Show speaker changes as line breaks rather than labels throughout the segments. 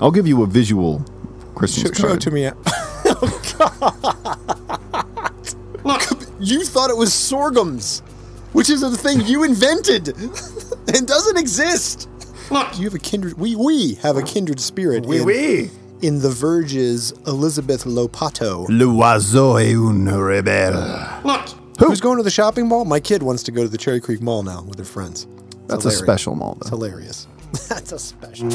I'll give you a visual Christmas
Show, show it
card.
to me. oh God! Look, you thought it was sorghums, which is a thing you invented and doesn't exist. Look, you have a kindred. We we have a kindred spirit. in,
oui.
in the Verge's Elizabeth Lopato.
L'oiseau est une rebelle.
Who's going to the shopping mall? My kid wants to go to the Cherry Creek Mall now with her friends. It's
That's a
hilarious.
special mall,
It's
though.
hilarious. That's a special.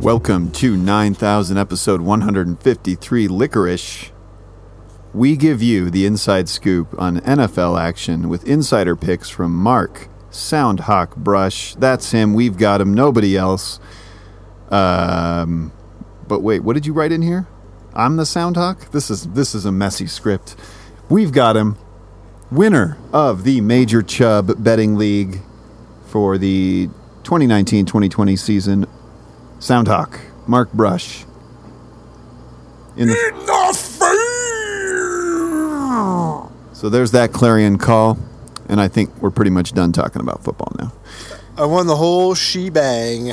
Welcome to 9000 episode 153 Licorice. We give you the inside scoop on NFL action with insider picks from Mark Soundhawk Brush. That's him. We've got him. Nobody else. Um, but wait, what did you write in here? I'm the Soundhawk. This is this is a messy script. We've got him. Winner of the Major Chubb Betting League for the 2019-2020 season Soundhawk, Mark Brush. In the, so there's that clarion call, and I think we're pretty much done talking about football now.
I won the whole shebang.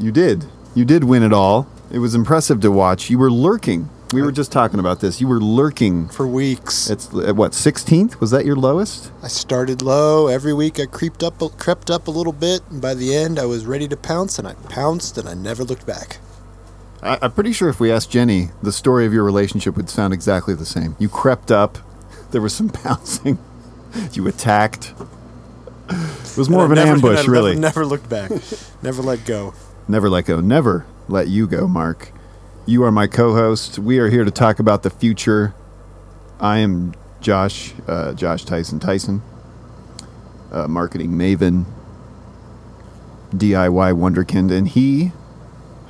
You did. You did win it all. It was impressive to watch. You were lurking. We were just talking about this. You were lurking.
for weeks.
It's at what 16th? Was that your lowest?
I started low. Every week I creeped up, crept up a little bit, and by the end I was ready to pounce, and I pounced, and I never looked back.
I, I'm pretty sure if we asked Jenny, the story of your relationship would sound exactly the same. You crept up. There was some pouncing. You attacked. It was more of an
Never-
ambush,
never-
really.
Never looked back. never let go.
Never let go. Never let you go, Mark. You are my co host. We are here to talk about the future. I am Josh, uh, Josh Tyson Tyson, uh, marketing maven, DIY wonderkind. And he,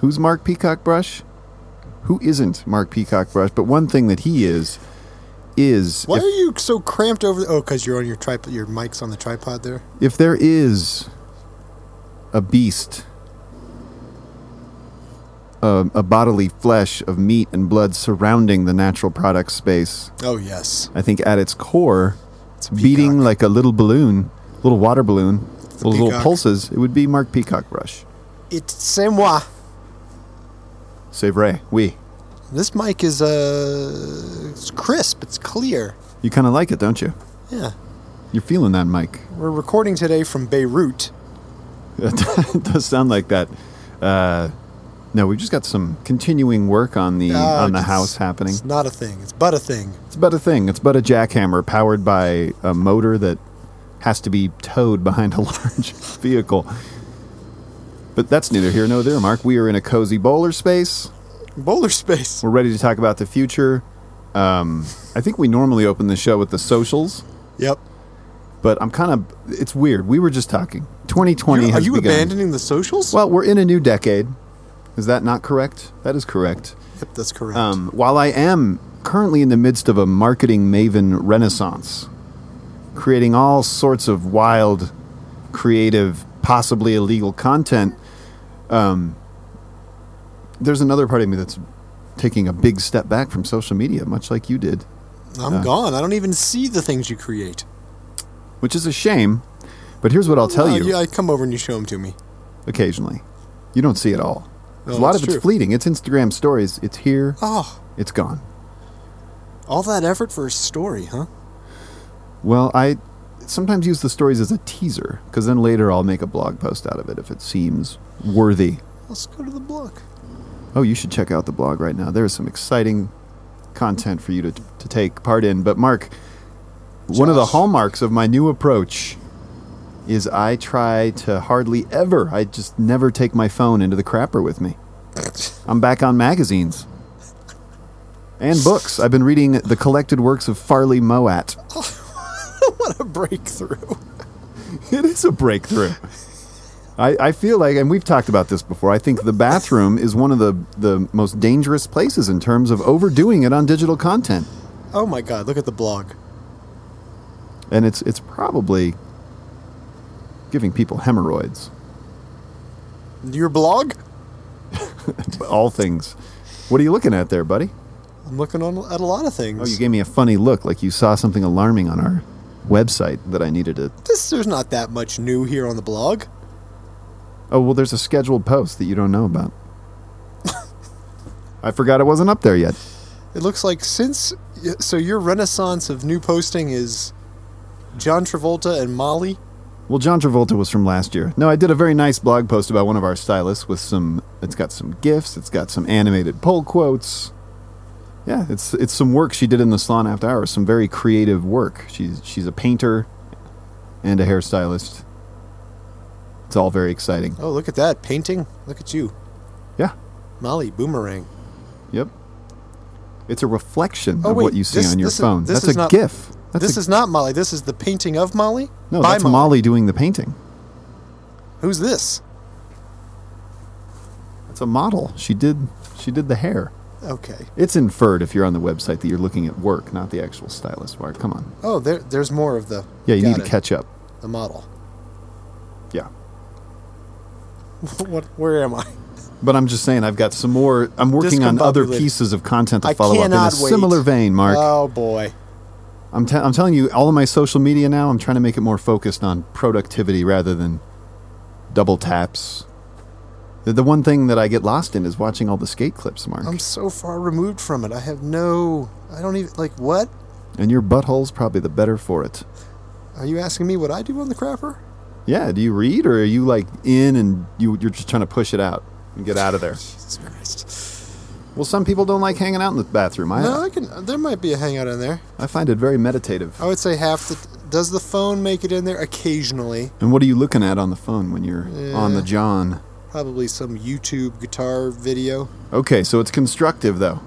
who's Mark Peacock Brush? Who isn't Mark Peacock Brush? But one thing that he is, is
Why
if-
are you so cramped over? The, oh, because you're on your tripod. Your mic's on the tripod there.
if there is a beast, a, a bodily flesh of meat and blood surrounding the natural product space,
Oh yes,
I think at its core,
it's a
beating
peacock.
like a little balloon, little water balloon,
a
little, little
peacock.
pulses, it would be Mark Peacock Brush.
it's c'est moi.
C'est vrai, oui.
This mic is uh, it's crisp. It's clear.
You kind of like it, don't you?
Yeah,
You're feeling that, Mike.
we're recording today from Beirut.
it does sound like that. Uh, no, we've just got some continuing work Mm, on the
Ah,
on the
it's-
house happening.
It's not a thing. It's but a thing.
It's but a thing. It's but a jackhammer powered by a motor that has to be towed behind a large vehicle. But that's neither here nor there, Mark. We are in a cozy bowler space.
Bowler space.
We're ready to talk about the future. Um, I think we normally open the show with the socials,
Yep.
but I'm kind of. It's weird. We were just talking. 2020
You're- are
has
you
begun.
abandoning the socials?
Well, we're in a new decade. Is that not correct? That is correct.
Yep, that's correct.
Um, while I am currently in the midst of a marketing maven renaissance, creating all sorts of wild, creative, possibly illegal content, um, there's another part of me that's taking a big step back from social media, much like you did,
I'm gone. I don't even see the things you create.
which is a shame. But here's what I'll tell
Uh,
you
yeah, I come over and you show them to me.
occasionally you don't see it all.
No,
a lot
that's
of it's
true.
fleeting. It's Instagram stories. It's here.
Oh,
It's gone.
all that effort for a story, huh?
Well, I sometimes use the stories as a teaser because then later I'll make a blog post out of it if it seems worthy.
Let's go to the book.
Oh, you should check out the blog right now. There is some exciting content for you to, to take part in. But, Mark, one of the
Josh.
hallmarks of my new approach is I try to hardly ever, I just never take my phone into the crapper with me. I'm back on magazines and books. I've been reading the collected works of Farley Moat.
what a breakthrough.
It is a breakthrough. I, I feel like, and we've talked about this before, I think the bathroom is one of the, the most dangerous places in terms of overdoing it on digital content.
Oh my god, look at the blog.
and it's it's probably giving people hemorrhoids.
Your blog?
All things. What are you looking at there, buddy?
I'm looking on at a lot of things.
Oh, you gave me a funny look, like you saw something alarming on our website that I needed to.
this there's not that much new here on the blog.
Oh well, there's a scheduled post that you don't know about. I forgot it wasn't up there yet.
It looks like since y- so your renaissance of new posting is John Travolta and Molly.
Well, John Travolta was from last year. No, I did a very nice blog post about one of our stylists with some. It's got some gifs. It's got some animated poll quotes. Yeah, it's it's some work she did in the salon after hours. Some very creative work. She's she's a painter, and a hairstylist. It's all very exciting.
Oh, look at that painting. Look at you,
Yeah.
Molly Boomerang.
Yep. It's a reflection
Oh,
of
wait,
what you see
this-
on your
this is-
phone.
this
That's
is
a
not-
gif. That's
this
a,
is not Molly. This is the painting of Molly.
no,
By
that's Molly doing the painting.
Who's this?
That's a model. She did she did the hair.
Okay.
It's inferred if you're on the website that you're looking at work, not the actual stylist. Mark, come on.
Oh, there, there's more of the.
Yeah, you
Got
need to
it.
catch up.
the model.
Yeah.
what? Where am I?
But I'm just saying, I've got some more. I'm working on other
Discombobulated.
pieces of content to
I
follow up in a
cannot wait.
similar vein, Mark.
Oh boy.
I'm, te- I'm telling you, all of my social media now, I'm trying to make it more focused on productivity rather than double taps. The, the one thing that I get lost in is watching all the skate clips, Mark.
I'm so far removed from it. I have no. I don't even like. What?
and your butthole's probably the better for it.
Are you asking me what I do on the crapper?
Yeah, do you read or are you like in and you, you're just trying to push it out and get out of there?
Jesus Christ.
Well, some people don't like hanging out in the bathroom. I,
No, I can. There might be a hangout in there.
I find it very meditative.
I would say half the. Does the phone make it in there? Occasionally,
And what are you looking at on the phone when you're on the John?
probably some YouTube guitar video.
Okay, so it's constructive though.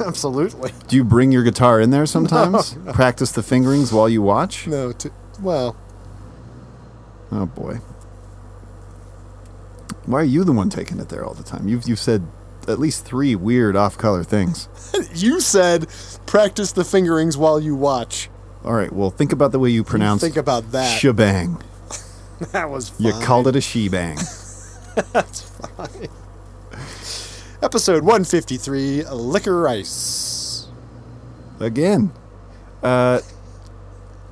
Absolutely.
Do you bring your guitar in there sometimes? Practice the fingerings while you watch?
No. To, well,
Oh boy. Why are you the one taking it there all the time? You've you've said at least three weird off-color things.
you said practice the fingerings while you watch.
All right, well, think about the way you pronounce
Think about that.
shebang.
that was. Fun.
You called it a shebang.
Episode 153 Liquor Ice.
Again. Uh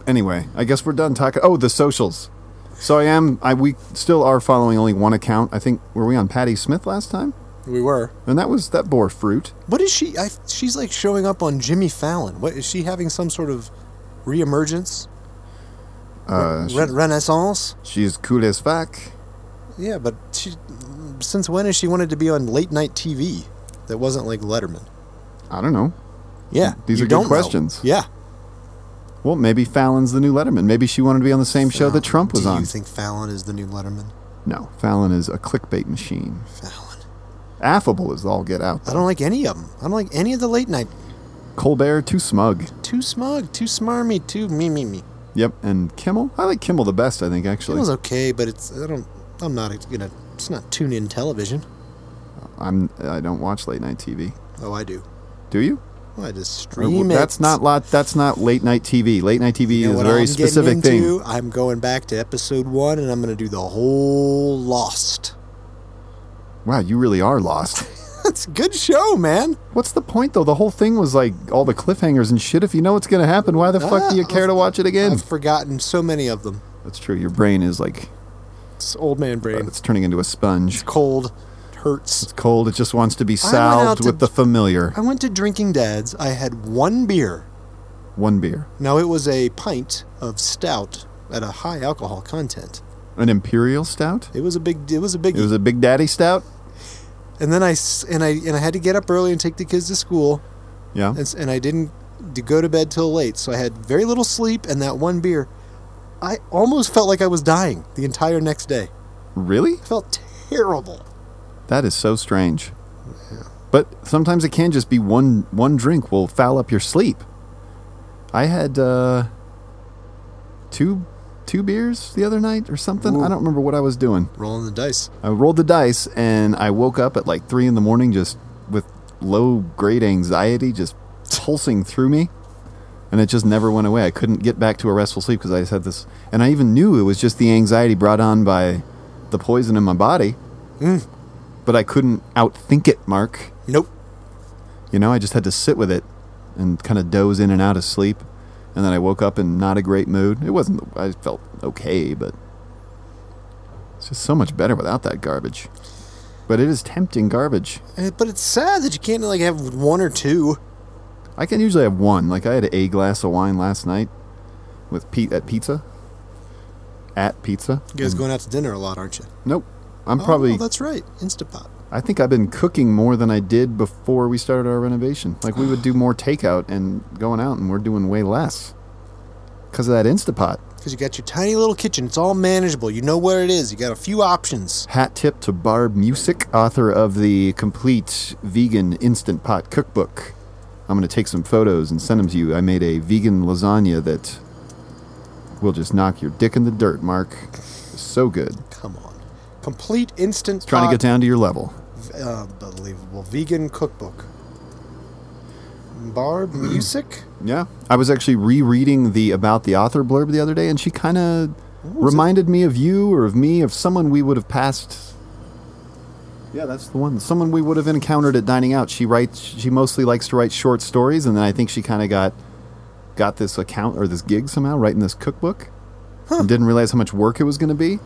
anyway, I guess we're done talking Oh, the socials. So I am I we still are following only one account. I think were we on Patty Smith last time?
We were.
And that was that bore fruit.
What is she? I, she's like showing up on Jimmy Fallon. What is she having some sort of reemergence?
Uh,
Re- renaissance?
she's cool as fuck.
Yeah, but she, since when has she wanted to be on late night TV that wasn't like Letterman?
I don't know.
Yeah,
These
you
are good
don't know.
questions.
Yeah,
Well, maybe Fallon's the new Letterman. Maybe she wanted to be on the same show that Trump was
Do
on.
you think Fallon is the new Letterman?
no, Fallon is a clickbait machine.
Fallon.
Affable is all get out.
I don't like any of them. I don't like any of the late night.
Colbert too smug.
Too smug, too smarmy, too me me me.
Yep, and Kimmel. I like Kimmel the best. I think
It
actually.
was okay, but it's I don't. I'm not gonna. It's not tune in television.
I'm. I don't watch late night TV.
Oh, I do.
Do you?
I just
Well,
stream it.
That's not lot. That's not late night TV. Late night TV
You know
is a
what
very
I'm getting
specific thing.
into? I'm going back to episode one, and I'm going to do the whole Lost.
Wow, you really are lost.
That's a good show, man.
What's the point though? The whole thing was like all the cliffhangers and shit. If you know what's gonna happen, why the fuck
Ah,
do you care to watch it again?
I've forgotten so many of them.
That's true. Your brain is like
It's old man brain.
it's turning into a sponge.
It's cold, hurts.
It's cold. It just wants to be
went out
salved
to-
with the familiar.
I went to Drinking Dad's. I had one beer.
One beer,
Now it was a pint of stout at a high alcohol content.
an imperial stout.
It was a big. It was a big.
It was a Big Daddy stout.
and then I s- and I and I had to get up early and take the kids to school.
Yeah.
and, s- and I didn't d- go to bed till late, so I had very little sleep and that one beer. I almost felt like I was dying the entire next day.
Really?
I felt terrible.
That is so strange. But sometimes it can just be one one drink will foul up your sleep. I had uh, two two beers the other night or something. I don't remember what I was doing.
Rolling the dice.
I rolled the dice and I woke up at like three in the morning just with low grade anxiety just pulsing through me. and it just never went away. I couldn't get back to a restful sleep because I just had this, and I even knew it was just the anxiety brought on by the poison in my body, but I couldn't outthink it, Mark.
Nope.
You know, I just had to sit with it and kind of doze in and out of sleep. And then I woke up in not a great mood. It wasn't, I felt okay, but it's just so much better without that garbage. But it is tempting garbage.
Eh, But it's sad that you can't like have one or two.
I can usually have one. Like I had a glass of wine last night with Pete at pizza. At pizza.
You guys going out to dinner a lot, aren't you?
Nope. I'm Mm. probably
Oh, that's right. Instapot.
I think I've been cooking more than I did before we started our renovation. Like we would do more takeout and going out, and we're doing way less because of that Instapot.
Because you got your tiny little kitchen. It's all manageable. You know where it is. You got a few options.
Hat tip to Barb Music, author of the complete vegan instant pot cookbook. I'm going to take some photos and send them to you. I made a vegan lasagna that will just knock your dick in the dirt, Mark. So good.
Come on. Complete instant.
Trying to get down to your level.
get down. unbelievable. Vegan cookbook. Barb music?
Yeah. I was actually rereading the about the author blurb the other day, and she kind of reminded me of you or of me, of someone we would have passed. Yeah, that's the one. Someone we would have encountered at dining out. She writes. She mostly likes to write short stories, and then I think she kind of got got this account or this gig somehow writing this cookbook, and didn't realize how much work it was going to be.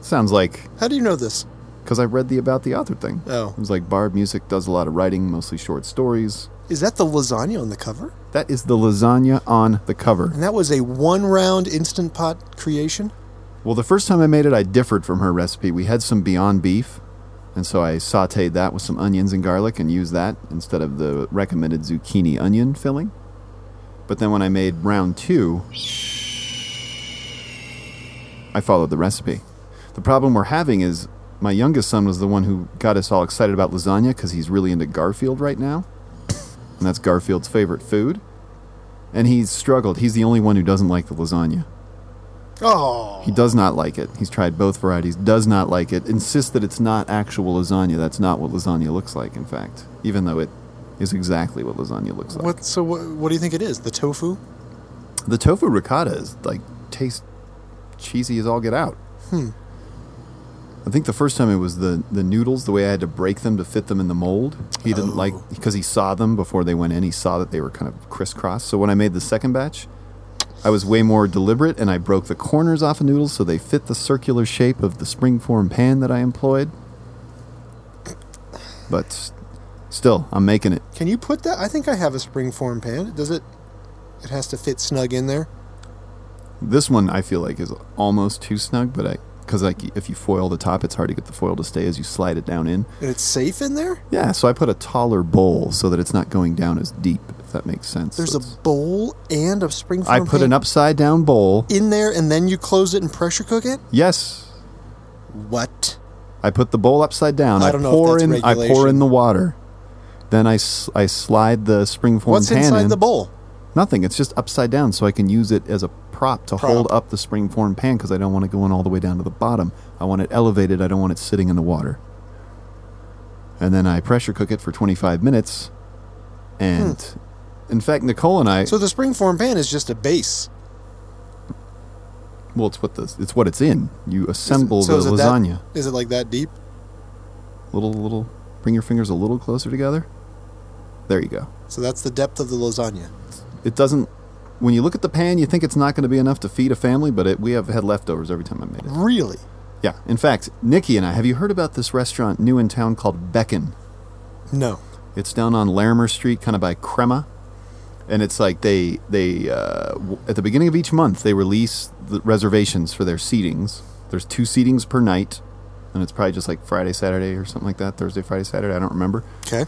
Sounds like
How do you know this?
because I read the about the author thing.
Oh.
it was like Barb Music does a lot of writing, mostly short stories.
Is that the lasagna on the cover?
That is the lasagna on the cover.
And that was a one round instant pot creation?
Well, the first time I made it, I differed from her recipe. We had some Beyond Beef, and so I sauteed that with some onions and garlic and used that instead of the recommended zucchini onion filling. But then when I made round two, I followed the recipe. The problem we're having is my youngest son was the one who got us all excited about lasagna because he's really into Garfield right now, and that's Garfield's favorite food. And he's struggled. He's the only one who doesn't like the lasagna.
Oh.
He does not like it. He's tried both varieties, does not like it, insists that it's not actual lasagna. That's not what lasagna looks like, in fact, even though it is exactly what lasagna looks like.
What, so, what, what do you think it is? The tofu?
The tofu ricotta is like tastes cheesy as all get out. I think the first time it was the, the noodles, the way I had to break them to fit them in the mold. He didn't like because he saw them before they went in. He saw that they were kind of crisscrossed. So when I made the second batch, I was way more deliberate and I broke the corners off of noodles so they fit the circular shape of the springform pan that I employed. But still, I'm making it.
Can you put that? I think I have a springform pan. Does it? It has to fit snug in there.
This one I feel like is almost too snug, but I because like if you foil the top, it's hard to get the foil to stay as you slide it down in.
And it's safe in there?
Yeah, so I put a taller bowl so that it's not going down as deep. If that makes sense.
There's
So
a
it's-
bowl and a springform
I put
pan
an upside down bowl.
in there and then you close it and pressure cook it?
Yes,
What?
I put the bowl upside down.
I don't know if
pour
that's
in. I pour in
regulation.
the water. Then I, s- I slide the springform
What's
pan
inside
in.
the bowl?
Nothing. It's just upside down, so I can use it as a prop to
Prop.
hold up the springform pan because I don't want it going all the way down to the bottom. I want it elevated. I don't want it sitting in the water. And then I pressure cook it for 25 minutes. And in fact, Nicole and I.
Hmm. So the springform pan is just a base.
well, it's what the, it's what it's in. You assemble
so is
the
it that-
lasagna.
Is it like that deep?
Little little. Bring your fingers a little closer together. There you go.
So that's the depth of the lasagna.
It doesn't. When you look at the pan, you think it's not going to be enough to feed a family, but it, we have had leftovers every time I made it.
Really?
Yeah. In fact, Nikki and I, have you heard about this restaurant new in town called Beckon?
No.
It's down on Larimer Street, kind of by Crema. And it's like they, they uh, w- at the beginning of each month, they release the reservations for their seatings. There's two seatings per night. And it's probably just like Friday, Saturday, or something like that. Thursday, Friday, Saturday. I don't remember.
Okay.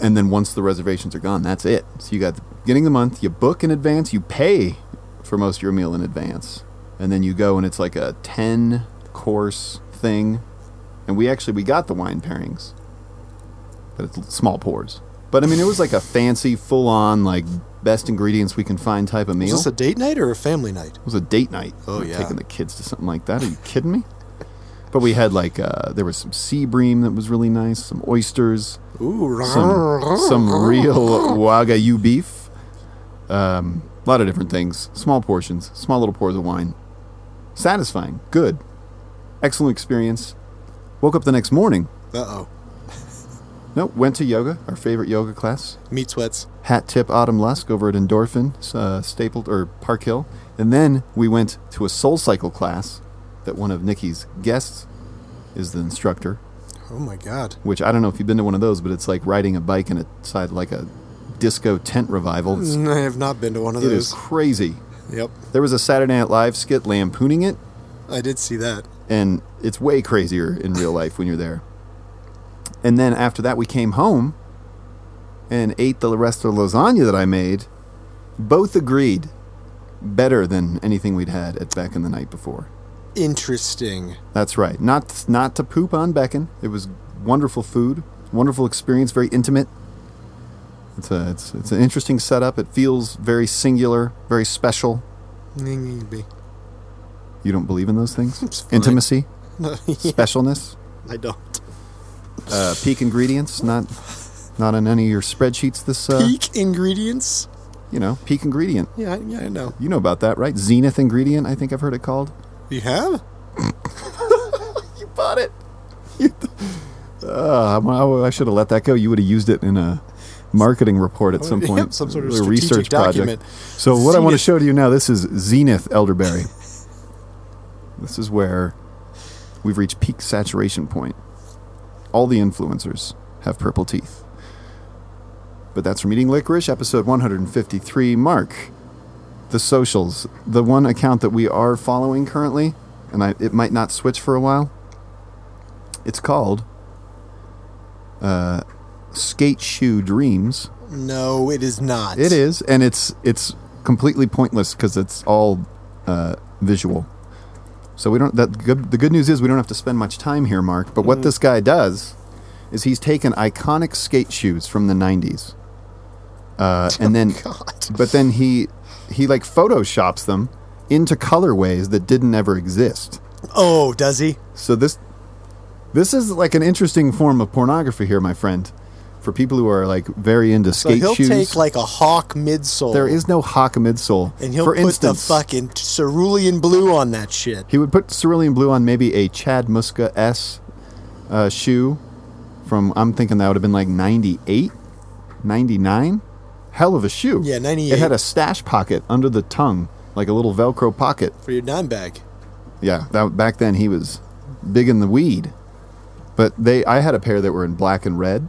And then once the reservations are gone, that's it. So you got the beginning of the month, you book in advance, you pay for most of your meal in advance. And then you go and it's like a 10 course thing. And we actually we got the wine pairings. But it's small pours. But I mean it was like a fancy full on like best ingredients we can find type of meal.
Is this a date night or a family night?
It was a date night.
Oh,
We're
yeah.
taking the kids to something like that. Are you kidding me? But we had like uh, there was some sea bream that was really nice, some oysters,
Ooh,
some, some real Wagyu beef, Um, a lot of different things, small portions, small little pours of wine. Satisfying, good, excellent experience. Woke up the next morning.
Uh oh.
Nope, went to yoga, our favorite yoga class.
Meat sweats.
Hat tip Autumn Lusk over at Endorphin, uh, Stapled, or Park Hill. And then we went to a soul cycle class that one of Nikki's guests is the instructor,
Oh my god.
which I don't know if you've been to one of those, but it's like riding a bike in a side, like a disco tent revival. It's,
I have not been to one of
it is
those.
crazy.
Yep.
There was a Saturday Night Live skit lampooning it,
I did see that.
and it's way crazier in real life when you're there. And then after that, we came home and ate the rest of the lasagna that I made. Both agreed, better than anything we'd had at Beckon the night before.
Interesting.
That's right. Not not to poop on Beckon. It was wonderful food, wonderful experience, very intimate. It's a it's it's an interesting setup. It feels very singular, very special.
Maybe.
You don't believe in those
It's
things?
fine.
Intimacy,
No,
specialness.
I don't.
uh, peak ingredients, not not on any of your spreadsheets. This, uh,
Peak ingredients?
you know, peak ingredient.
Yeah, I- yeah, I know.
You know about that, right? Zenith ingredient. I think I've heard it called.
You have?
You bought it. uh, I'm- I, I should have let that go. You would have used it in a marketing report at some
Yep,
point.
Oh, some sort of
a
strategic
research
document.
project. So what I want to
Zenith.
show to you now, this is Zenith elderberry. this is where we've reached peak saturation point. All the influencers have purple teeth. But that's from Eating Licorice, episode 153. Mark, the socials, the one account that we are following currently, and I, it might not switch for a while. It's called uh, Skate Shoe Dreams.
No, it is not.
It is, and it's it's completely pointless because it's all uh, visual. So we don't. That good, the good news is we don't have to spend much time here, Mark. But what
Mm-hmm.
this guy does is he's taken iconic skate shoes from the '90s, uh, and then,
Oh, God.
but then he he like photoshops them into colorways that didn't ever exist.
Oh, does he?
So this this is like an interesting form of pornography here, my friend. For people who are like very into
So
skate
he'll
shoes,
take like a hawk midsole.
there is no Hawk midsole.
And he'll
For
put
instance,
the fucking cerulean blue on that shit.
he would put cerulean blue on maybe a Chad Muska S uh, shoe from, I'm thinking that would have been like 98, 99. Hell of a shoe.
Yeah, 98.
It had a stash pocket under the tongue, like a little Velcro pocket.
For your dime bag.
Yeah, that, back then he was big in the weed. But they, I had a pair that were in black and red.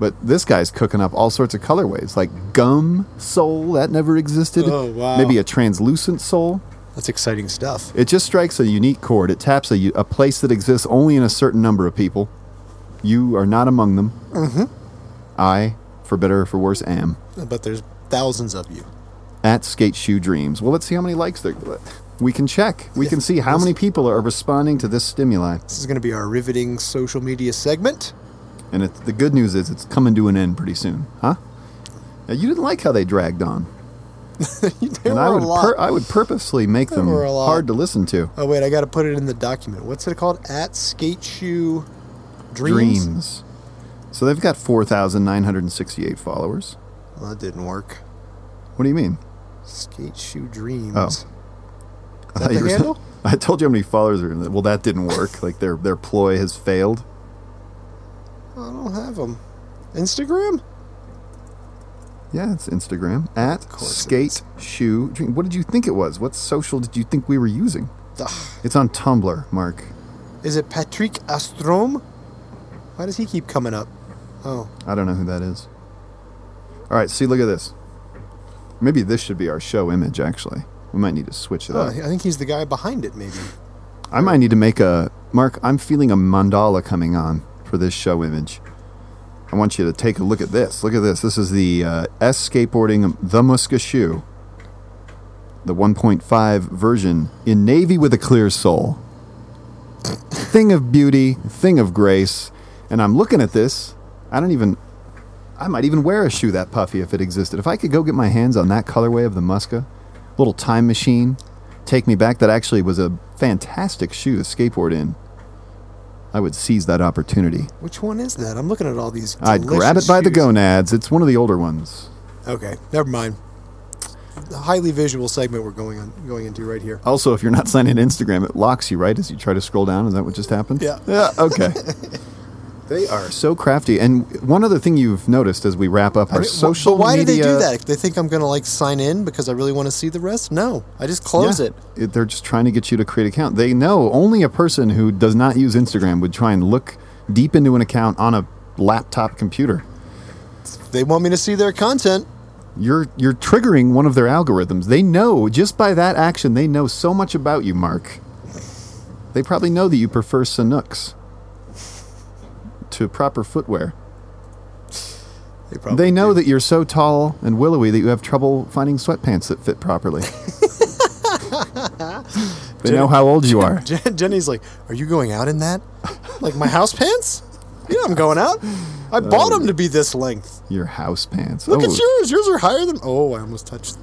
But this guy's cooking up all sorts of colorways, like gum sole that never existed.
Oh, wow.
Maybe a translucent sole.
That's exciting stuff.
It just strikes a unique chord. It taps a, u- a place that exists only in a certain number of people. You are not among them. Mm-hmm. I, for better or for worse, am
But there's thousands of you.
at Skate Shoe Dreams. Well, let's see how many likes there. uh, We can check. We can see how many people are responding to this stimuli.
This is going to be our riveting social media segment.
And it's, the good news is it's coming to an end pretty soon, huh? Now, you didn't like how they dragged on,
there
and
were
I would
a lot.
pur- I would purposely make them
were a lot.
hard to listen to.
oh wait, I got to put it in the document. What's it called? At skate shoe dreams.
Dreams. So they've got four thousand nine hundred and sixty-eight followers.
Well, that didn't work.
What do you mean?
Skate shoe dreams.
I Oh.
that
thought you
the
were-
handle?
I told you how many followers are in there. Well, that didn't work. Like their their ploy has failed.
I don't have them. Instagram.
Yeah, it's Instagram at
course it
skate shoe dream. What did you think it was? What social did you think we were using?
Ugh.
It's on Tumblr, Mark.
Is it Patrick Astrom? Why does he keep coming up? Oh,
I don't know who that is. All right, see, look at this. Maybe this should be our show image. Actually, we might need to switch it
oh,
up.
I think he's the guy behind it. Maybe.
I might need to make a Mark. I'm feeling a mandala coming on for this show image. I want you to take a look at this. Look at this. This is the uh, S skateboarding the Muska shoe, the 1.5 version in navy with a clear sole. thing of beauty, thing of grace. And I'm looking at this. I don't even. I might even wear a shoe that puffy if it existed. If I could go get my hands on that colorway of the Muska, little time machine, take me back. That actually was a fantastic shoe to skateboard in. I would seize that opportunity.
Which one is that? I'm looking at all these.
I'd grab it by the
delicious
gonads. It's one of the older ones.
shoes. Okay, never mind. highly visual segment we're going on going into right here.
Also, if you're not signed into Instagram, it locks you, right? As you try to scroll down, is that what just happened?
Yeah.
Yeah, okay. they are so crafty. And one other thing you've noticed as we wrap up our
I mean, wh-
social
but why
media.
do they do that? They think I'm gonna like sign in because I really want to see the rest. No, I just close
Yeah.
it.
It- They're just trying to get you to create an account. They know only a person who does not use Instagram would try and look deep into an account on a laptop computer.
They want me to see their content.
You're you're triggering one of their algorithms. They know just by that action they know so much about you, Mark. They probably know that you prefer Sanooks to proper footwear.
They probably
They know that you're so tall and willowy that you have trouble finding sweatpants that fit properly. they know how old you are.
Jen- Jenny's like, "Are you going out in that? Like my house pants? Yeah, I'm going out. I bought
Um,
them to be this length.
Your house pants.
Look
Oh,
at yours. Yours are higher than. Oh, I almost touched.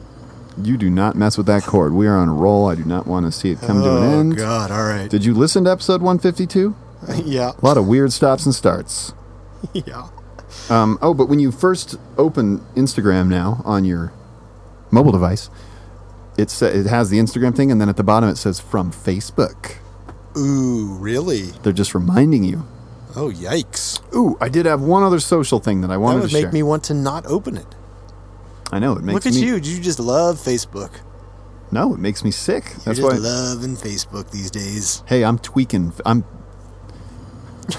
You do not mess with that cord. We are on a roll. I do not want to see it come to an
Oh
end.
God! All right.
Did you listen to episode 152?
yeah.
A lot of weird stops and starts.
Yeah.
Um, oh, but when you first open Instagram now on your mobile device, it's, uh, it has the Instagram thing, and then at the bottom it says from Facebook.
Ooh, really?
They're just reminding you.
Oh, yikes!
Ooh, I did have one other social thing that I
That
wanted
would
to
make
share.
me want to not open it.
I know it makes
Look at
me.
you. You just love Facebook.
No, it makes me sick. That's
You're
why.
just loving Facebook these days.
hey, I'm tweaking. I'm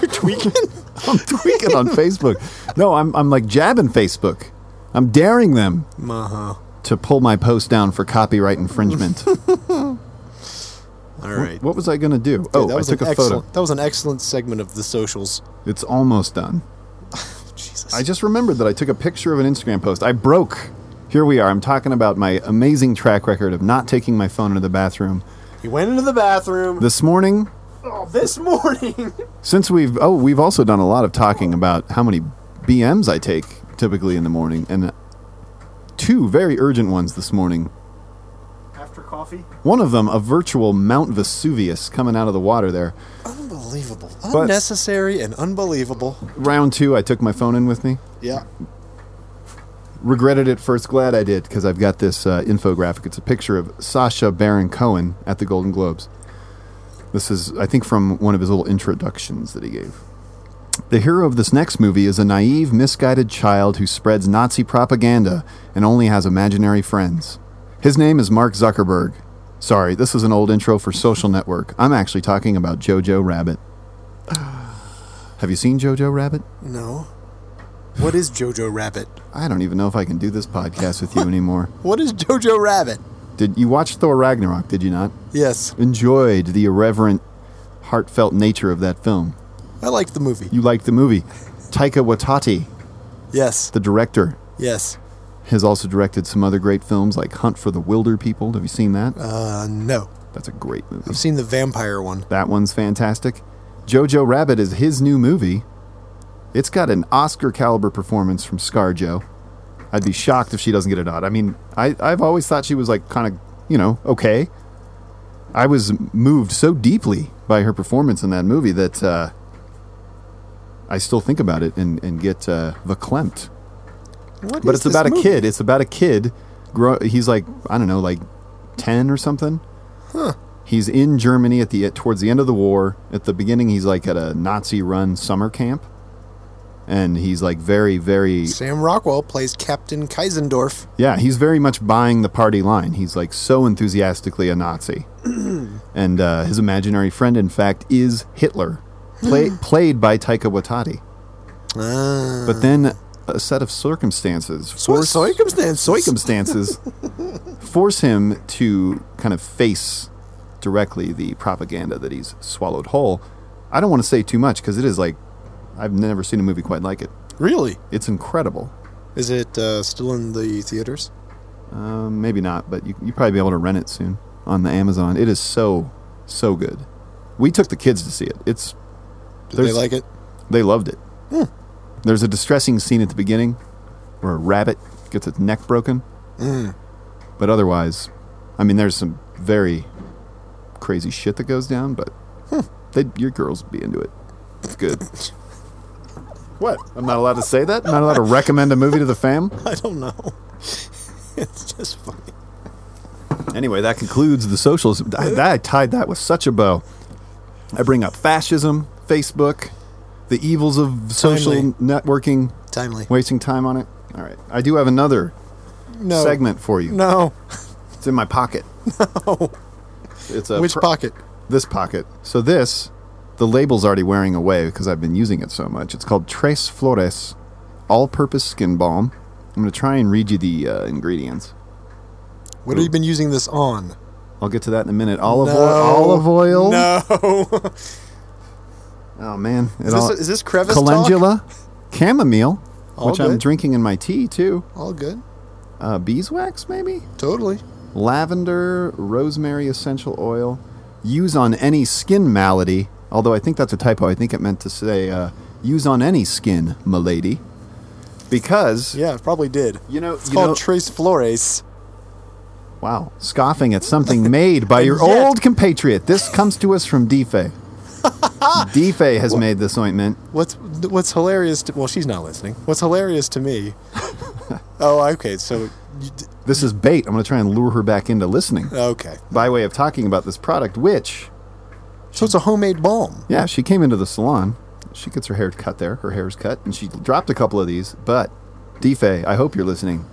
You're tweaking.
I'm tweaking on Facebook. No, I'm I'm like jabbing Facebook. I'm daring them
uh huh.
to pull my post down for copyright infringement.
All right.
what was I going to do?
Yeah,
oh,
that
I
was
took
an
a photo.
excellent- That was an excellent segment of the socials.
It's almost done.
Jesus.
I just remembered that I took a picture of an Instagram post. I broke. Here we are. I'm talking about my amazing track record of not taking my phone into the bathroom.
he went into the bathroom
This morning,
this morning.
since we've oh, we've also done a lot of talking about how many BMs I take typically in the morning and two very urgent ones this morning.
after coffee.
One of them, a virtual Mount Vesuvius coming out of the water there.
Unbelievable.
But-
Unnecessary and unbelievable.
Round two, I took my phone in with me.
Yeah.
Regretted it first, glad I did, because I've got this uh, infographic. It's a picture of Sasha Baron Cohen at the Golden Globes. This is, I think, from one of his little introductions that he gave. The hero of this next movie is a naive, misguided child who spreads Nazi propaganda and only has imaginary friends. His name is Mark Zuckerberg. Sorry, this is an old intro for Social Network. I'm actually talking about Jojo Rabbit. Have you seen Jojo Rabbit?
No. What is Jojo Rabbit?
I don't even know if I can do this podcast with you anymore.
What is Jojo Rabbit?
Did you watch Thor Ragnarok? Did you not?
Yes,
Enjoyed the irreverent, heartfelt nature of that film.
I like the movie.
You liked the movie. Taika Waititi,
Yes,
the director,
yes.
has also directed some other great films like Hunt for the Wilder People. Have you seen that?
Uh, no.
That's a great movie.
I've seen the vampire one.
That one's fantastic. Jojo Rabbit is his new movie. It's got an Oscar caliber performance from ScarJo. I'd be shocked if she doesn't get a nod. I mean, I, I've always thought she was like kind of, you know, okay. I was moved so deeply by her performance in that movie that uh, I still think about it and, and get uh, verklempt.
What
But
is
it's
this
about a
movie?
kid. It's about a kid. Grow. He's like I don't know, like ten or something. He's in Germany at the at, towards the end of the war. At the beginning, he's like at a Nazi-run summer camp, and he's like very, very
Sam Rockwell plays Captain Kaisendorf.
yeah. He's very much buying the party line. He's like so enthusiastically a Nazi, and uh, his imaginary friend, in fact, is Hitler, play, played by Taika Waititi.
Hmm. Ah.
But then a set of circumstances
What
force
circumstance?
circumstances force him to kind of face directly the propaganda that he's swallowed whole. I don't want to say too much because it is like I've never seen a movie quite like it.
Really?
It's incredible.
Is it uh, still in the theaters?
Um, maybe not, but you you probably be able to rent it soon on the Amazon. It is so so good. We took the kids to see it. It's
Do
There's-
they like it?
They loved it. There's a distressing scene at the beginning where a rabbit gets its neck broken. But otherwise, I mean, there's some very crazy shit that goes down, but they, your girls be into it. It's good. what? I'm not allowed to say that? I'm not allowed to recommend a movie to the fam?
I don't know. it's just funny.
Anyway, that concludes the socialism. I, that- I tied that with such a bow. I bring up fascism, Facebook, the evils of social
Timely.
networking,
Timely.
wasting time on it. All right. I do have another
no.
segment for you.
No.
It's in my pocket. No. It's a
Which
pro-
pocket?
This pocket. So this, the label's already wearing away because I've been using it so much. It's called Tres Flores All-Purpose Skin Balm. I'm going to try and read you the uh, ingredients.
What have you been using this on?
I'll get to that in a minute. Olive
No.
oil. Olive oil.
No.
Oh man, it
Is
all-
this, is this crevice talk?
calendula, chamomile,
All
which I'm
good.
drinking in my tea too.
All good.
Uh, beeswax, maybe
Totally.
lavender, rosemary essential oil. Use on any skin malady. Although I think that's a typo. I think it meant to say uh, use on any skin, milady, because
Yeah, it probably did.
you know
It's
you
called
know-
Trace Flores.
Wow, scoffing at something made by your
yet-
old compatriot. This comes to us from Defe. Defe has made this ointment.
What's what's hilarious? To, well, she's not listening. What's hilarious to me? oh, okay. So, you d-
This is bait. I'm going to try and lure her back into listening
okay.
by way of talking about this product, which,
So it's a homemade balm.
yeah, she came into the salon. She gets her hair cut there. Her hair's cut, and she dropped a couple of these. But, Defe, I hope you're listening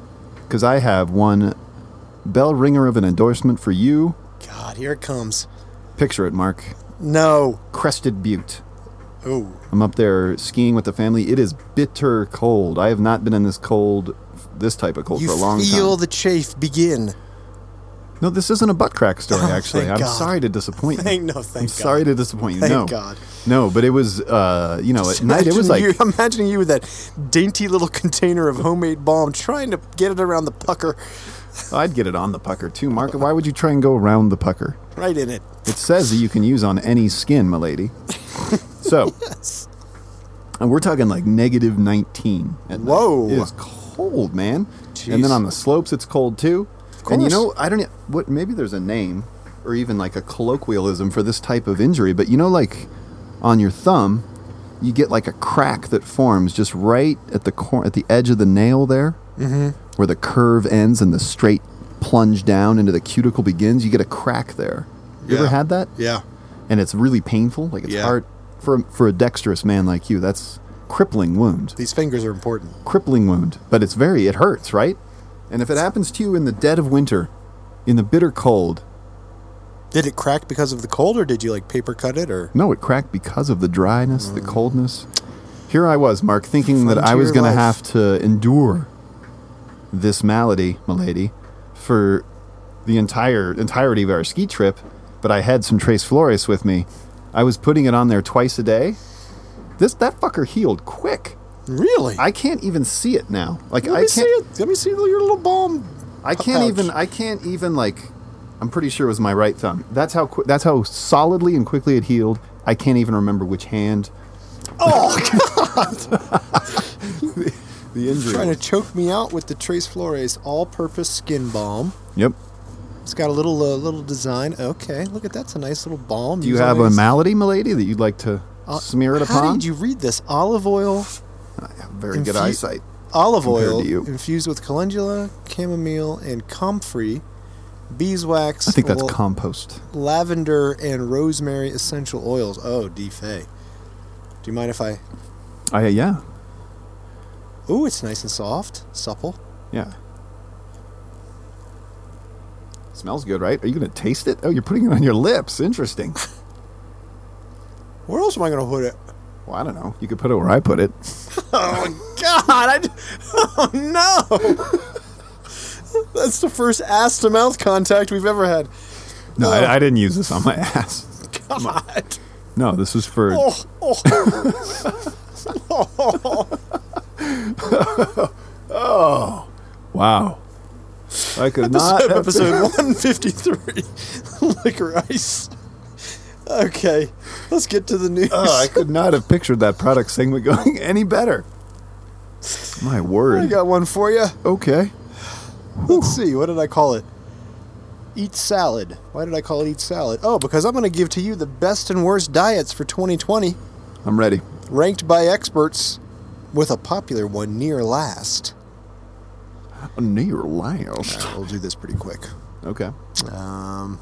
because I have one bell ringer of an endorsement for you.
God, here it comes.
Picture it, Mark.
No.
Crested Butte.
Oh,
I'm up there skiing with the family. It is bitter cold. I have not been in this cold, this type of cold
you
for a long
feel
time.
the chafe begin.
no, this isn't a butt crack story.
Oh,
actually,
thank
I'm
God.
sorry to disappoint
Thank-
you.
no,
I'm
thank God.
sorry to disappoint you.
Thank
no,
God.
no, but it was, uh, you know, at night it was like
Imagine you, imagining you with that dainty little container of homemade balm, trying to get it around the pucker,
I'd get it on the pucker too, Mark. Why would you try and go around the pucker?
right in it.
It says that you can use on any skin, milady. So, and we're talking like negative 19. At night.
Whoa.
It is cold, man.
Jeez.
And then on the slopes, it's cold too. and you
course.
know, I don't know what, maybe there's a name or even like a colloquialism for this type of injury, but you know, like on your thumb, you get like a crack that forms just right at the cor- at the edge of the nail there, mm-hmm. where the curve ends and the straight plunge down into the cuticle begins. You get a crack there. You ever
Yeah.
had that?
Yeah.
and it's really painful. Like it's
Yeah.
hard for for a dexterous man like you. That's crippling wound,
These fingers are important.
crippling wound. But it's very it hurts, right? And if it happens to you in the dead of winter, in the bitter cold,
Did it crack because of the cold, or did you like paper cut it, or
no, it cracked because of the dryness, the coldness. Here I was, Mark, thinking that I
Frontier
was going to
life.
have to endure this malady, milady, for the entire entirety of our ski trip. But I had some Trace Flores with me. I was putting it on there twice a day. This that fucker healed quick.
really?
I can't even see it now. Like
Let
I
me
can't.
see it. Let me see your little balm.
I can't
pouch.
even. I can't even like. I'm pretty sure it was my right thumb. That's how. Qui- that's how solidly and quickly it healed. I can't even remember which hand. Oh God! the injury.
Trying to choke me out with the Trace Flores all-purpose skin balm.
yep.
It's got a little uh, little design. Okay, look at that's a nice little balm.
Do you have a malady, milady, that you'd like to smear it upon?
Uh, How did you read this? Olive oil,
Very good
infu-
eyesight.
olive
Compared
oil
to you.
infused with calendula, chamomile, and comfrey, beeswax.
I think that's
la-
compost.
lavender and rosemary essential oils. Oh, defay. Do you mind if I?
I yeah
Ooh, it's nice and soft, supple.
yeah. Smells good, right? Are you gonna taste it? Oh, you're putting it on your lips. Interesting.
Where else am I gonna put it?
Well, I don't know. You could put it where I put it.
Oh God! I d- oh no! That's the first ass to mouth contact we've ever had.
No, I, I didn't use this on my ass.
God!
No, this is for.
Oh, oh.
Wow. I could
episode,
not.
episode 153 liquor ice okay let's get to the news
Oh, I could not have pictured that product segment going any better. My
i
word.
got one for you
Okay.
let's see what did i call it eat salad why did i call it eat salad oh because i'm going to give to you the best and worst diets for 2020
I'm ready.
ranked by experts with a popular one near last
Near last.
we'll do this pretty quick
Okay.
Um,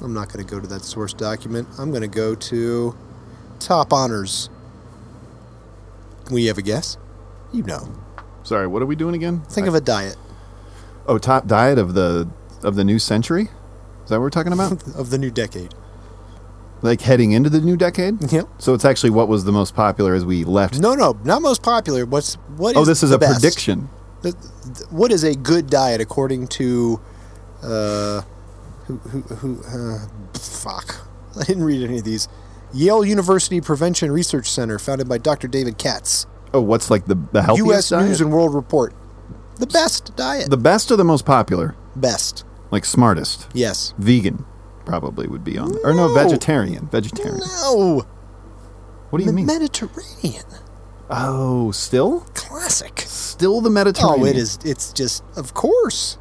I'm not going to go to that source document. I'm going to go to top honors. We have a guess? You know.
Sorry, what are we doing again?
Think of a diet
Oh, top diet of the of the new century? Is that what we're talking about?
of the new decade.
like heading into the new decade?
Yep.
So it's actually what was the most popular as we left.
No, no, not most popular. What's what?
oh, this is
the
a
best?
prediction.
Th- th- What is a good diet according to, uh, who, who, who uh, fuck. I didn't read any of these. Yale University Prevention Research Center, founded by Dr. David Katz.
Oh, what's like the the healthiest
U.S.
diet?
News and World Report. The best diet.
the best or the most popular?
best.
Like smartest.
Yes.
Vegan probably would be on. Or no,
No.
vegetarian. Vegetarian.
No.
What do you
The
mean?
Mediterranean.
oh, still?
Classic.
Still the Mediterranean.
Oh, it is. It's just, of course.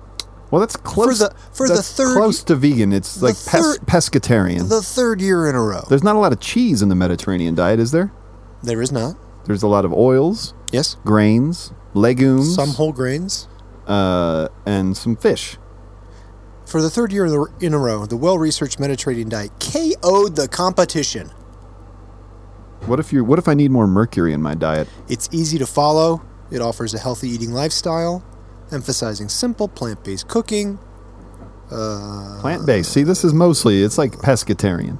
Well, that's close
the- for the
that's
third-
close to vegan. It's like pes-
third-
pescatarian.
The third year in a row.
There's not a lot of cheese in the Mediterranean diet, is there?
There is not.
There's a lot of oils,
Yes.
grains, legumes,
Some whole grains.
uh, and some fish.
For the third year in the- in a row, the well researched Mediterranean diet KO'd the competition.
What if you? What if I need more mercury in my diet?
It's easy to follow, it offers a healthy eating lifestyle, emphasizing simple plant based cooking. Uh,
Plant based. See, this is mostly it's like pescatarian.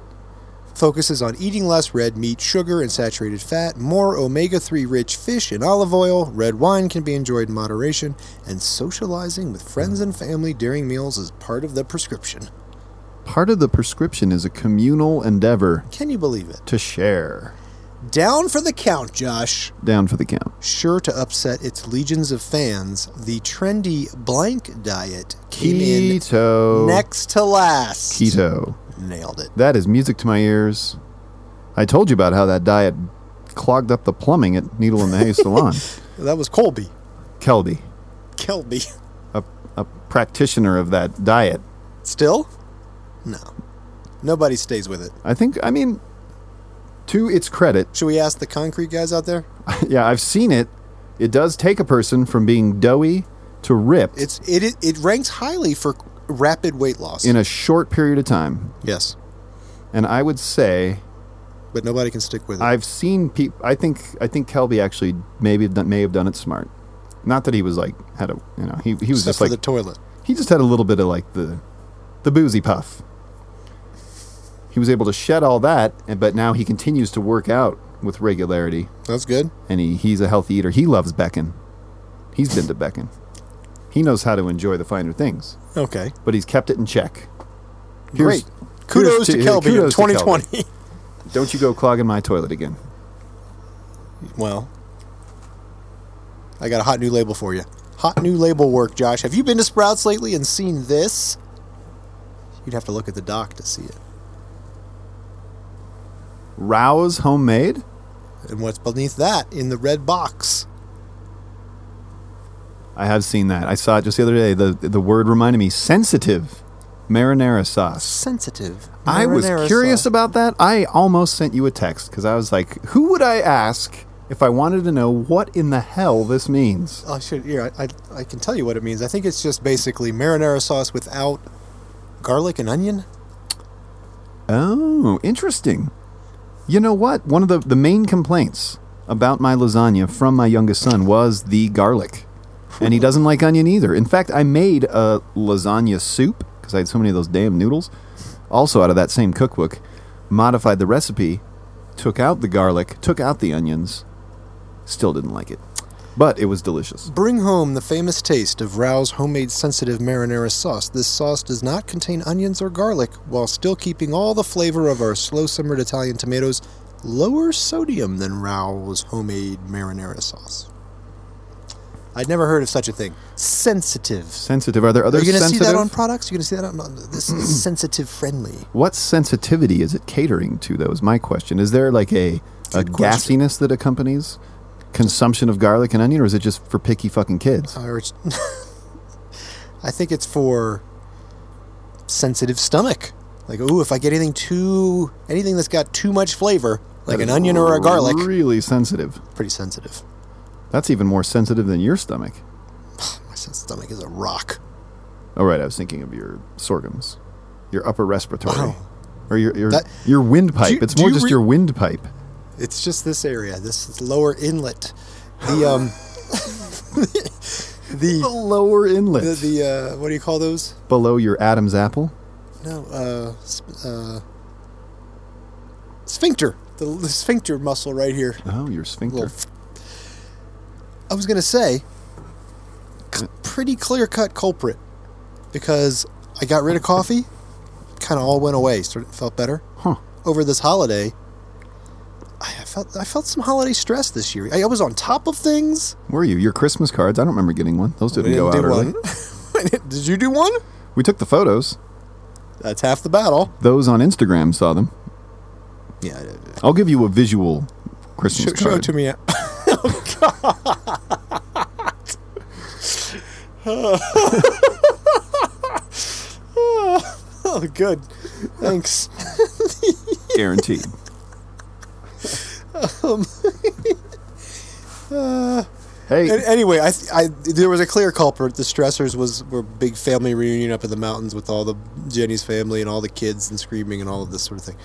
focuses on eating less red meat, sugar, and saturated fat, more omega 3 rich fish and olive oil. Red wine can be enjoyed in moderation, and socializing with friends and family during meals is part of the prescription.
Part of the prescription is a communal endeavor
Can you believe it?
to share.
Down for the count, Josh.
Down for the count.
Sure to upset its legions of fans, the trendy blank diet came
Keto.
in next to last.
Keto.
Nailed it.
That is music to my ears. I told you about how that diet clogged up the plumbing at Needle in the Hay Salon.
That was Colby.
Kelby,
Kelby.
a, a practitioner of that diet,
Still? No. Nobody stays with it.
I think, I mean, to its credit,
Should we ask the concrete guys out there?
yeah, I've seen it. It does take a person from being doughy to ripped
It's it it, it ranks highly for rapid weight loss.
in a short period of time.
yes,
And I would say
but nobody can stick with it.
I've seen people. I think I think Kelby actually maybe have done- may have done it smart. Not that he was like had a you know he he was
except
just
for
like
the toilet.
he just had a little bit of like the the boozy puff. He was able to shed all that, and but now he continues to work out with regularity,
That's good.
and he, he's a healthy eater. He loves Beckon. He's been to Beckon. He knows how to enjoy the finer things,
Okay,
but he's kept it in check.
great. Kudos to Kelby in
kudos to Kelby.
2020.
Don't you go clogging my toilet again.
well, I got a hot new label for you. Hot new label work, Josh. Have you been to Sprouts lately and seen this? You'd have to look at the dock to see it.
Rouse homemade.
And what's beneath that in the red box?
I have seen that. I saw it just the other day. The the word reminded me sensitive marinara sauce.
Sensitive.
I was
marinara
curious
sauce.
about that. I almost sent you a text because I was like, who would I ask if I wanted to know what in the hell this means?
I should here. I, I I can tell you what it means. I think it's just basically marinara sauce without garlic and onion.
Oh, interesting. You know what? One of the, the main complaints about my lasagna from my youngest son was the garlic. And he doesn't like onion either. In fact, I made a lasagna soup because I had so many of those damn noodles, also out of that same cookbook, modified the recipe, took out the garlic, took out the onions, still didn't like it. But it was delicious.
Bring home the famous taste of Rao's homemade sensitive marinara sauce. This sauce does not contain onions or garlic, while still keeping all the flavor of our slow simmered Italian tomatoes. Lower sodium than Rao's homemade marinara sauce. I'd never heard of such a thing. Sensitive.
Sensitive. Are there other
Are you going to see
sensitive?
that on products? You're going to see that on this is sensitive friendly.
what sensitivity is it catering to though is my question is there like a, a
Good question.
gassiness that accompanies consumption of garlic and onion or is it just for picky fucking kids
Or it's- I think it's for sensitive stomach. Like, ooh, if I get anything too, anything that's got too much flavor, like an onion or a garlic,
really sensitive
pretty sensitive.
that's even more sensitive than your stomach
My stomach is a rock.
Oh, right. I was thinking of your sorghums, your upper respiratory,
Wow.
or your your,
That-
your windpipe.
Do you-
it's
do
more
you
just
re-
your windpipe.
It's just this area, this lower inlet. The um,
The
the
lower inlet
the, the uh, what do you call those?
below your Adam's apple.
No, uh, sp- uh, sphincter. The, the sphincter muscle right here.
Oh, your sphincter.
Little I was gonna say, c- pretty clear cut culprit, because I got rid of coffee, kind of all went away. Started felt better
Huh.
over this holiday. I I felt I felt some holiday stress this year. I, I was on top of things.
Where are you? Your Christmas cards. I don't remember getting one. Those didn't, go out early.
one. Did you do one?
We took the photos.
That's half the battle.
Those on Instagram saw them.
Yeah. I did.
I'll give you a visual Christmas
Show, show
card.
it to me. oh God. oh, good. Thanks.
Guaranteed.
Oh, Uh,
hey,
An- anyway, I, th- I there was a clear culprit. The stressors was were big family reunion up in the mountains with all the Jenny's family and all the kids and screaming and all of this sort of thing.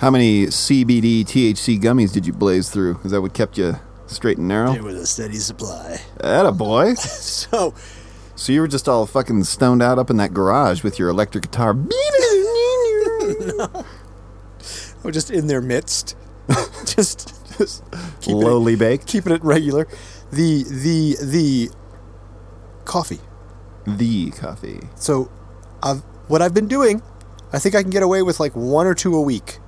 how many CBD THC gummies did you blaze through? Is that what kept you straight and
There
narrow?
was a steady supply.
Atta boy.
So
So you were just all fucking stoned out up in that garage with your electric guitar.
we're just in their midst, just just keeping it-
Lowly baked.
keeping it regular. The the the coffee.
The coffee.
So, I've, what I've been doing, I think I can get away with like one or two a week.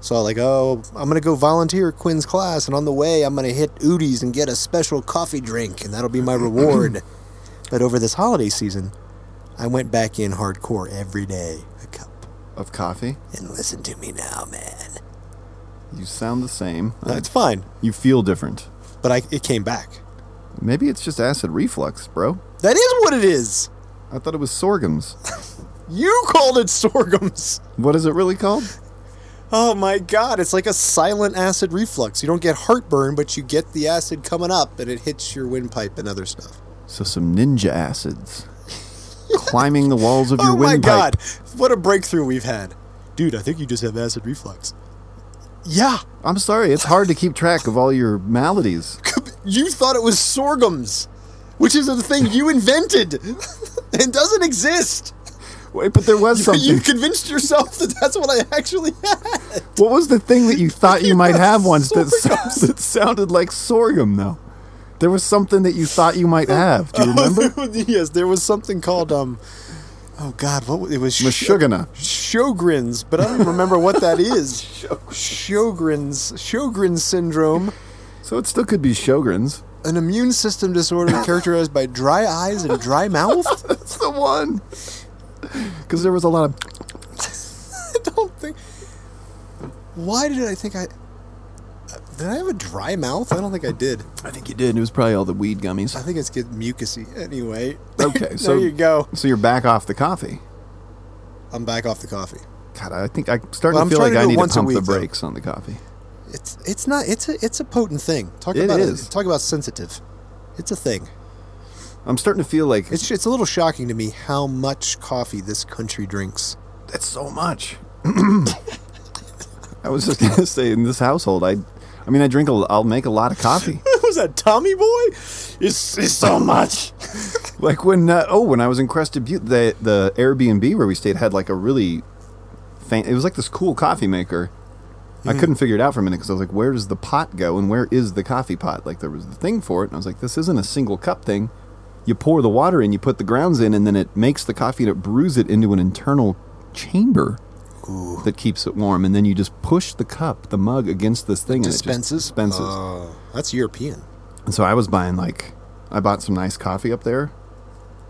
So like, oh, I'm gonna go volunteer at Quinn's class, and on the way, I'm gonna hit Udi's and get a special coffee drink, and that'll be my reward. but over this holiday season, I went back in hardcore every day, a cup.
Of coffee.
And listen to me now, man.
You sound the same.
That's fine,
You feel different.
but I, it came back.
Maybe it's just acid reflux, bro.
That is what it is.
I thought it was sorghums.
You called it sorghums.
What is it really called?
Oh my god, it's like a silent acid reflux. You don't get heartburn, but you get the acid coming up and it hits your windpipe and other stuff.
So some ninja acids. Climbing the walls of your
oh my
windpipe.
god, what a breakthrough we've had. Dude, I think you just have acid reflux. Yeah,
I'm sorry, it's hard to keep track of all your maladies.
you thought it was sorghums, which is a thing you invented and doesn't exist.
Wait, but there was
You
something.
convinced yourself that that's what I actually had.
What was the thing that you thought you might have once that,
Sorghums.
that sounded like sorghum, though? There was something that you thought you might have. Do you remember?
yes, there was something called um. Oh God, what wa- it was? sh-
Mashugana.
Sjogren's, but I don't remember what that is. Sjogren's, Sjogren's syndrome,
So it still could be Shogun's.
an immune system disorder characterized by dry eyes and dry mouth.
That's the one. Because there was a lot of.
I don't think. Why did I think I? Did I have a dry mouth? I don't think I did.
I think you did. It was probably all the weed
I
gummies.
think it's get mucusy. Anyway,
Okay, so
there you go.
So you're back off the coffee.
I'm back off the coffee.
God, I think I'm starting to
Well, I'm
feel
trying
like
to
I
do it
need to
once a
pump the
week, though.
brakes on the coffee.
It's it's not it's a it's a potent thing. Talk
It
about
is.
It, talk about sensitive. It's a thing.
I'm starting to feel like
It's it's a little shocking to me how much coffee this country drinks.
That's so much. I was just gonna say, in this household, I, I mean, I drink a, l- I'll make a lot of coffee.
was that Tommy Boy? It's, it's so much.
like when, uh, oh, when I was in Crested Butte, the the Airbnb where we stayed had like a really, fan, it was like this cool coffee maker. I
Mm-hmm.
couldn't figure it out for a minute because I was like, where does the pot go and where is the coffee pot? Like there was the thing for it, and I was like, this isn't a single cup thing. You pour the water in, you put the grounds in, and then it makes the coffee and it brews it into an internal chamber. that keeps it warm, and then you just push the cup, the mug against this thing, and it
Dispenses?
just dispenses.
Oh, that's European.
and so I was buying like, I bought some nice coffee up there,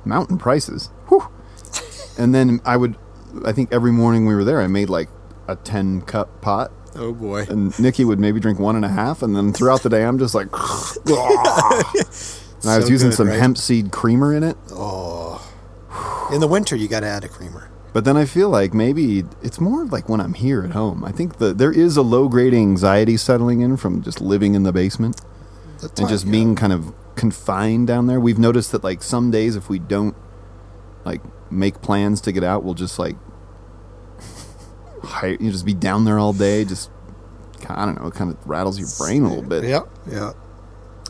mountain prices. Whew. and then I would, I think every morning we were there, I made like a ten cup pot,
Oh boy.
and Nikki would maybe drink one and a half, and then throughout the day I'm just like, and I was
So
using
good,
some
right?
hemp seed creamer in it.
In the winter, you got to add a creamer.
But then I feel like maybe it's more of like when I'm here at home. I think that there is a low grade anxiety settling in from just living in the basement
That's
and
fine,
just
yeah.
being kind of confined down there. We've noticed that like some days if we don't like make plans to get out, we'll just like hire, you just be down there all day. Just I don't know, it kind of rattles your brain a little bit.
Yeah, yeah.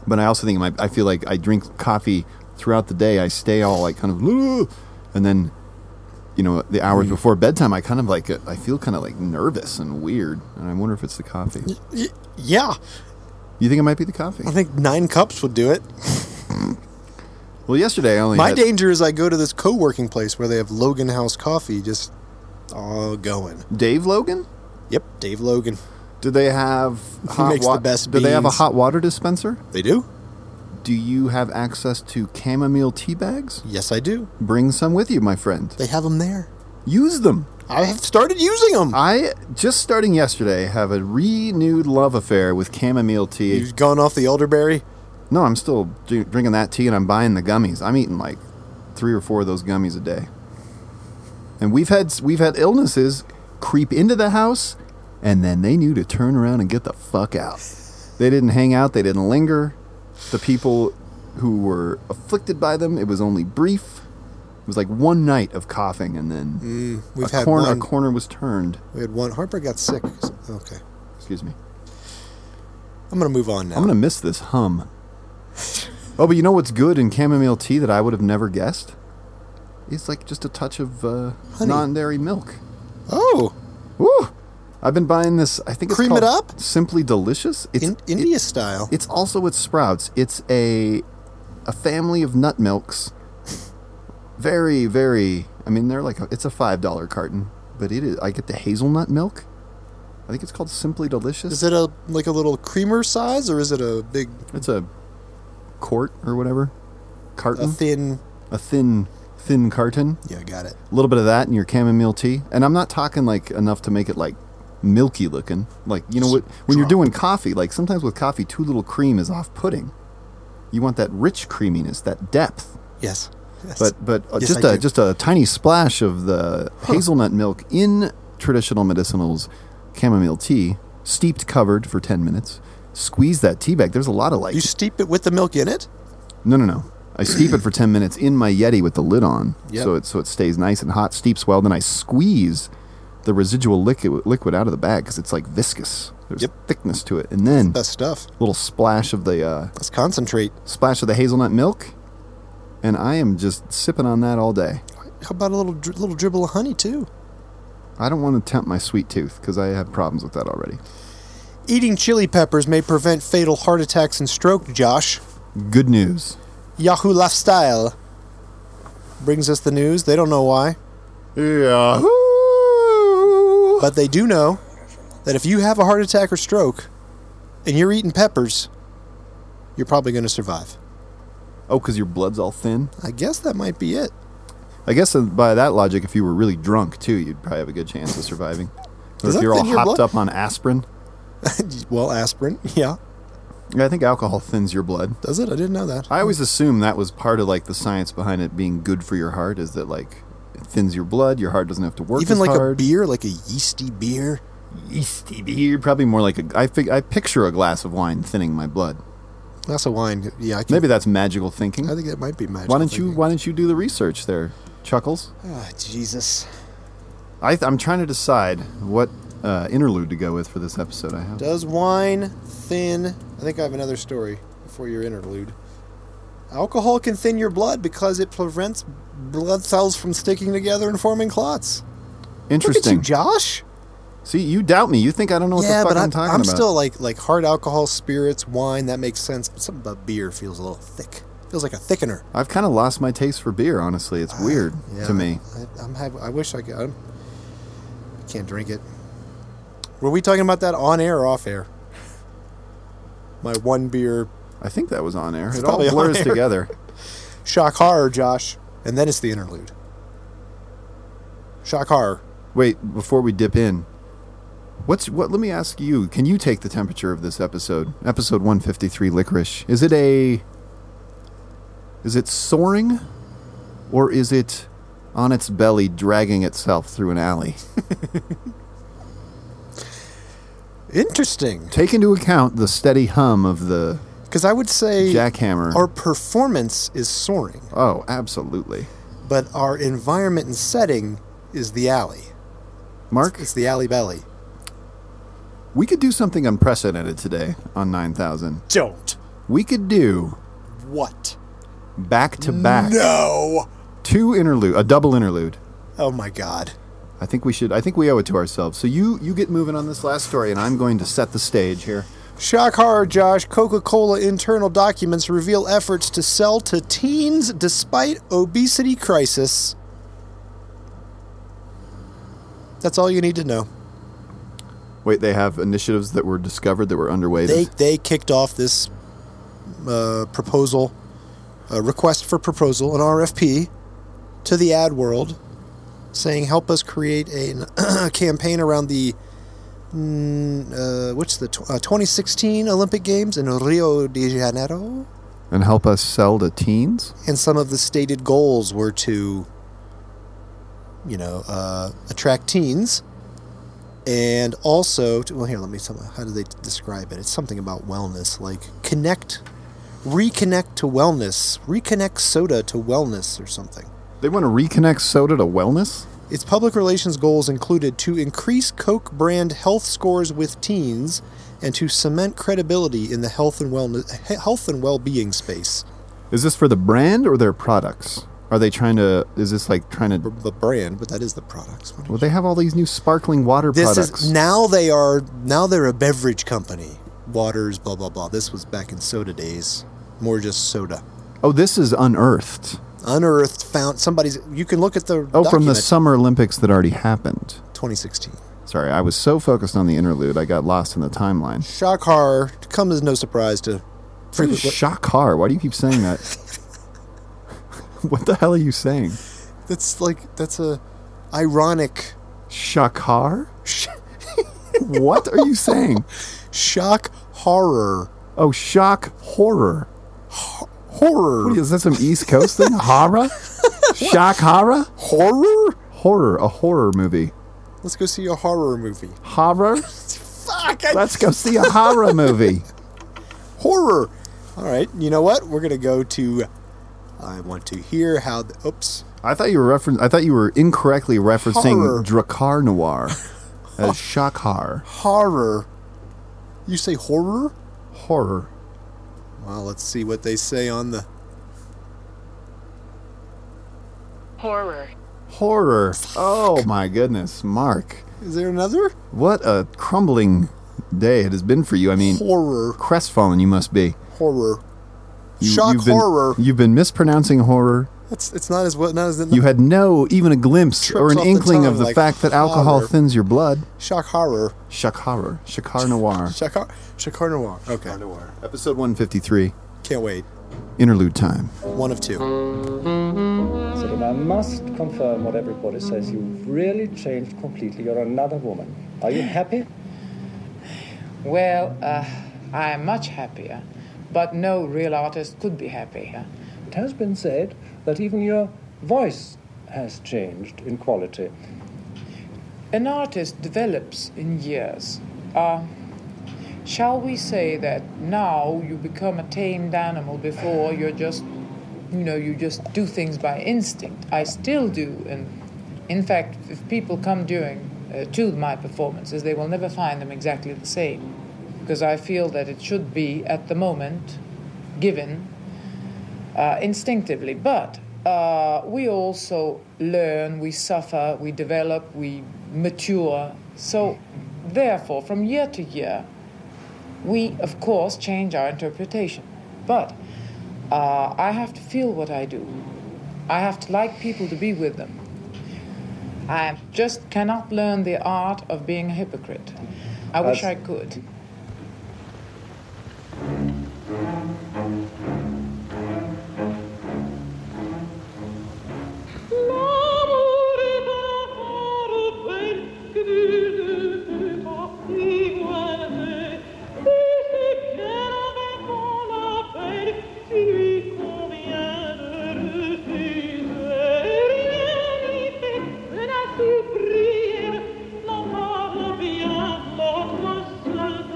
But I also think my, I feel like I drink coffee throughout the day. I stay all like kind of, "Ugh," and then, you know, the
Mm.
hours before bedtime, I kind of like uh, I feel kind of like nervous and weird, and I wonder if it's the coffee.
Y- yeah,
You think it might be the coffee?
I think nine cups would do it.
Well, yesterday I only
My
had,
danger is I go to this co working place where they have Logan House coffee just all going.
Dave Logan.
Yep, Dave Logan.
Do they have hot
makes the
wa-
best
Do they have a
beans.
hot water dispenser?
They do?
Do you have access to chamomile tea bags?
Yes, I do.
Bring some with you, my friend.
They have them there.
Use them.
I have started using them.
I just starting yesterday have a renewed love affair with chamomile tea.
You've gone off the elderberry.
No, I'm still d- drinking that tea and I'm buying the gummies. I'm eating like three or four of those gummies a day. And we've had we've had illnesses creep into the house, and then they knew to turn around and get the fuck out. They didn't hang out. They didn't linger. The people who were afflicted by them, it was only brief. It was like one night of coughing, and then
Mm, We've
a,
had
corner,
one.
a corner was turned.
we had one. Harper got sick. Okay.
Excuse me.
I'm going to move on now.
I'm gonna miss this hum. oh, but you know what's good in chamomile tea that I would have never guessed? It's like just a touch of uh,
Honey.
non-dairy milk.
oh,
Woo! I've been buying this. I think it's
Cream it
called
up?
Simply delicious. It's
in,
it-
India style.
it's also at Sprouts. It's a a family of nut milks. Very, very. I mean, they're like a, it's a five dollar carton, but it is. I get the hazelnut milk. I think it's called Simply Delicious.
Is it a like a little creamer size or is it a big,
It's a quart or whatever. Carton.
a thin?
a thin thin carton
Yeah, got it.
a little bit of that in your chamomile tea and i'm not talking like enough to make it like milky looking like you know what when you're doing coffee like sometimes with coffee too little cream is off-putting you want that rich creaminess that depth
Yes. Yes.
but but uh,
Yes,
just
I
a
do.
just a tiny splash of the hazelnut milk in traditional medicinals chamomile tea steeped covered for 10 minutes squeeze that tea bag there's a lot of like
you steep it with the milk in it.
no, no, no. I steep it for 10 minutes in my Yeti with the lid on.
Yep.
So, it, so it stays nice and hot, steeps well. Then I squeeze the residual liquid, liquid out of the bag because it's like viscous. There's
Yep. Uh,
thickness to it. And then
Best stuff.
little splash of the uh,
Let's concentrate.
splash of the hazelnut milk. And I am just sipping on that all day.
How about a little dri- little dribble of honey too?
I don't want to tempt my sweet tooth because I have problems with that already.
Eating chili peppers may prevent fatal heart attacks and stroke, Josh.
Good news.
Yahoo Lifestyle brings us the news. They don't know why,
Yeah.
but they do know that if you have a heart attack or stroke and you're eating peppers, you're probably going to survive.
Oh, because your blood's all thin?
I guess that might be it.
I guess uh, by that logic, if you were really drunk too, you'd probably have a good chance of surviving. Or if
Does that
you're all
thin your
hopped
blood?
up on aspirin,
well, aspirin, yeah.
Yeah, I think alcohol thins your blood.
Does it? I didn't know that.
I always assume that was part of like the science behind it being good for your heart is that like it thins your blood, your heart doesn't have to work
Even
as
like a
hard.
beer, like a yeasty beer.
yeasty beer, probably more like a. I fig- I picture a glass of wine thinning my blood.
Glass of wine. Yeah, I can,
Maybe that's magical thinking.
I think that might be Ah, magic.
why don't you Why don't you do the research there, Chuckles?
Ah, Jesus.
I th- I'm trying to decide what uh, interlude to go with for this episode. I have.
Does wine thin? I think I have another story before your interlude. Alcohol can thin your blood because it prevents blood cells from sticking together and forming clots. Look at you,
Interesting.
Josh.
See, you doubt me. You think I don't know what
yeah,
the fuck
but
I'm,
I'm,
talking
I'm
about.
still like like hard alcohol, spirits, wine. That makes sense. But something about beer feels a little thick. Feels like a thickener.
I've kind of lost my taste for beer, honestly. It's weird
Ah, Yeah,
to me.
I, I'm hav- I wish I could. I'm, I can't drink it. Were we talking about that on air or off air? My one beer
I think that was on air. It all
probably on
blurs
air.
together.
shock horror, Josh, and then it's the interlude. Shock horror.
Wait, before we dip in, what's what? Let me ask you. Can you take the temperature of this episode? Episode one fifty three, licorice. Is it a? Is it soaring, or is it on its belly dragging itself through an alley?
Interesting,
Take into account the steady hum of the
because I would say
jackhammer.
our performance is soaring.
oh, absolutely.
but our environment and setting is the alley.
Mark,
It's the alley belly.
we could do something unprecedented today on 9000.
Don't.
We could do
What?
back to back
No.
two interlude, a double interlude.
Oh my god.
I think we should. I think we owe it to ourselves. So you you get moving on this last story, and I'm going to set the stage here.
Shock horror, Josh. Coca Cola internal documents reveal efforts to sell to teens despite obesity crisis. That's all you need to know.
Wait, they have initiatives that were discovered that were underway.
They, they kicked off this uh, proposal, a request for proposal, an RFP to the ad world saying, help us create a campaign around the. Mm, uh, what's the tw- uh, 2016 Olympic Games in Rio de Janeiro?
and help us sell to teens.
and some of the stated goals were to, you know, uh, attract teens, and also to, well, here let me tell you, how do they describe it? It's something about wellness, like connect, reconnect to wellness, reconnect soda to wellness or something.
They want to reconnect soda to wellness.
Its public relations goals included to increase Coke brand health scores with teens and to cement credibility in the health and wellness health and well-being space.
Is this for the brand or their products? Are they trying to? Is this like trying to?
The brand, but that is the products. What
Well, they have all these new sparkling water
This
products.
is now they are now they're a beverage company. Waters, blah blah blah. This was back in soda days. More just soda.
oh, this is unearthed.
Unearthed found somebody's. You can look at the.
Oh, from the
document.
Summer Olympics that already happened.
2016.
Sorry, I was so focused on the interlude, I got lost in the timeline.
Shock horror comes as no surprise to. frequent-
Shakar, why do you keep saying that? what the hell are you saying?
That's like that's a ironic
Shakar? what are you saying?
shock horror
Oh, shock horror.
horror
What is that some East Coast thing? Horror? Shock horror?
horror.
Horror, a horror movie.
Let's go see a horror movie.
Horror?
Fuck! I,
Let's go see a horror movie.
horror. All right, you know what? We're gonna go to. I want to hear how. The, oops.
I thought you were refer- I thought you were incorrectly referencing
Horror.
Dracar Noir as Shakar.
horror. You say horror?
Horror.
Well, let's see what they say on the.
Horror.
Horror. Oh my goodness, Mark.
Is there another?
What a crumbling day it has been for you. I mean,
Horror.
crestfallen you must be.
Horror.
You,
Shock
you've been-
horror.
You've been mispronouncing horror.
That's it's not as well. Not as
You had no even a glimpse
Trips
or an
off the
inkling of
tongue
the
like
fact that alcohol
horror.
thins your blood.
shock horror.
Shock horror. Shakar Noir.
Shakar Shakar Noir. Okay,
Episode 153.
can't wait.
Interlude time.
One of two.
So then I must confirm what everybody says. You've really changed completely. You're another woman. Are you happy?
Well, uh, I am much happier, but no real artist could be happy.
It has been said that even your voice has changed in quality.
An artist develops in years. Uh, shall we say that now you become a tamed animal before you're just, you know, you just do things by instinct? I still do, and in fact, if people come during uh, to my performances, they will never find them exactly the same, because I feel that it should be at the moment given uh, instinctively. But uh, we also learn, we suffer, we develop, we mature. So, therefore, from year to year, we of course change our interpretation. But uh, I have to feel what I do, I have to like people to be with them. I just cannot learn the art of being a hypocrite. I wish I
That's-
could.
Bien, l'autre seul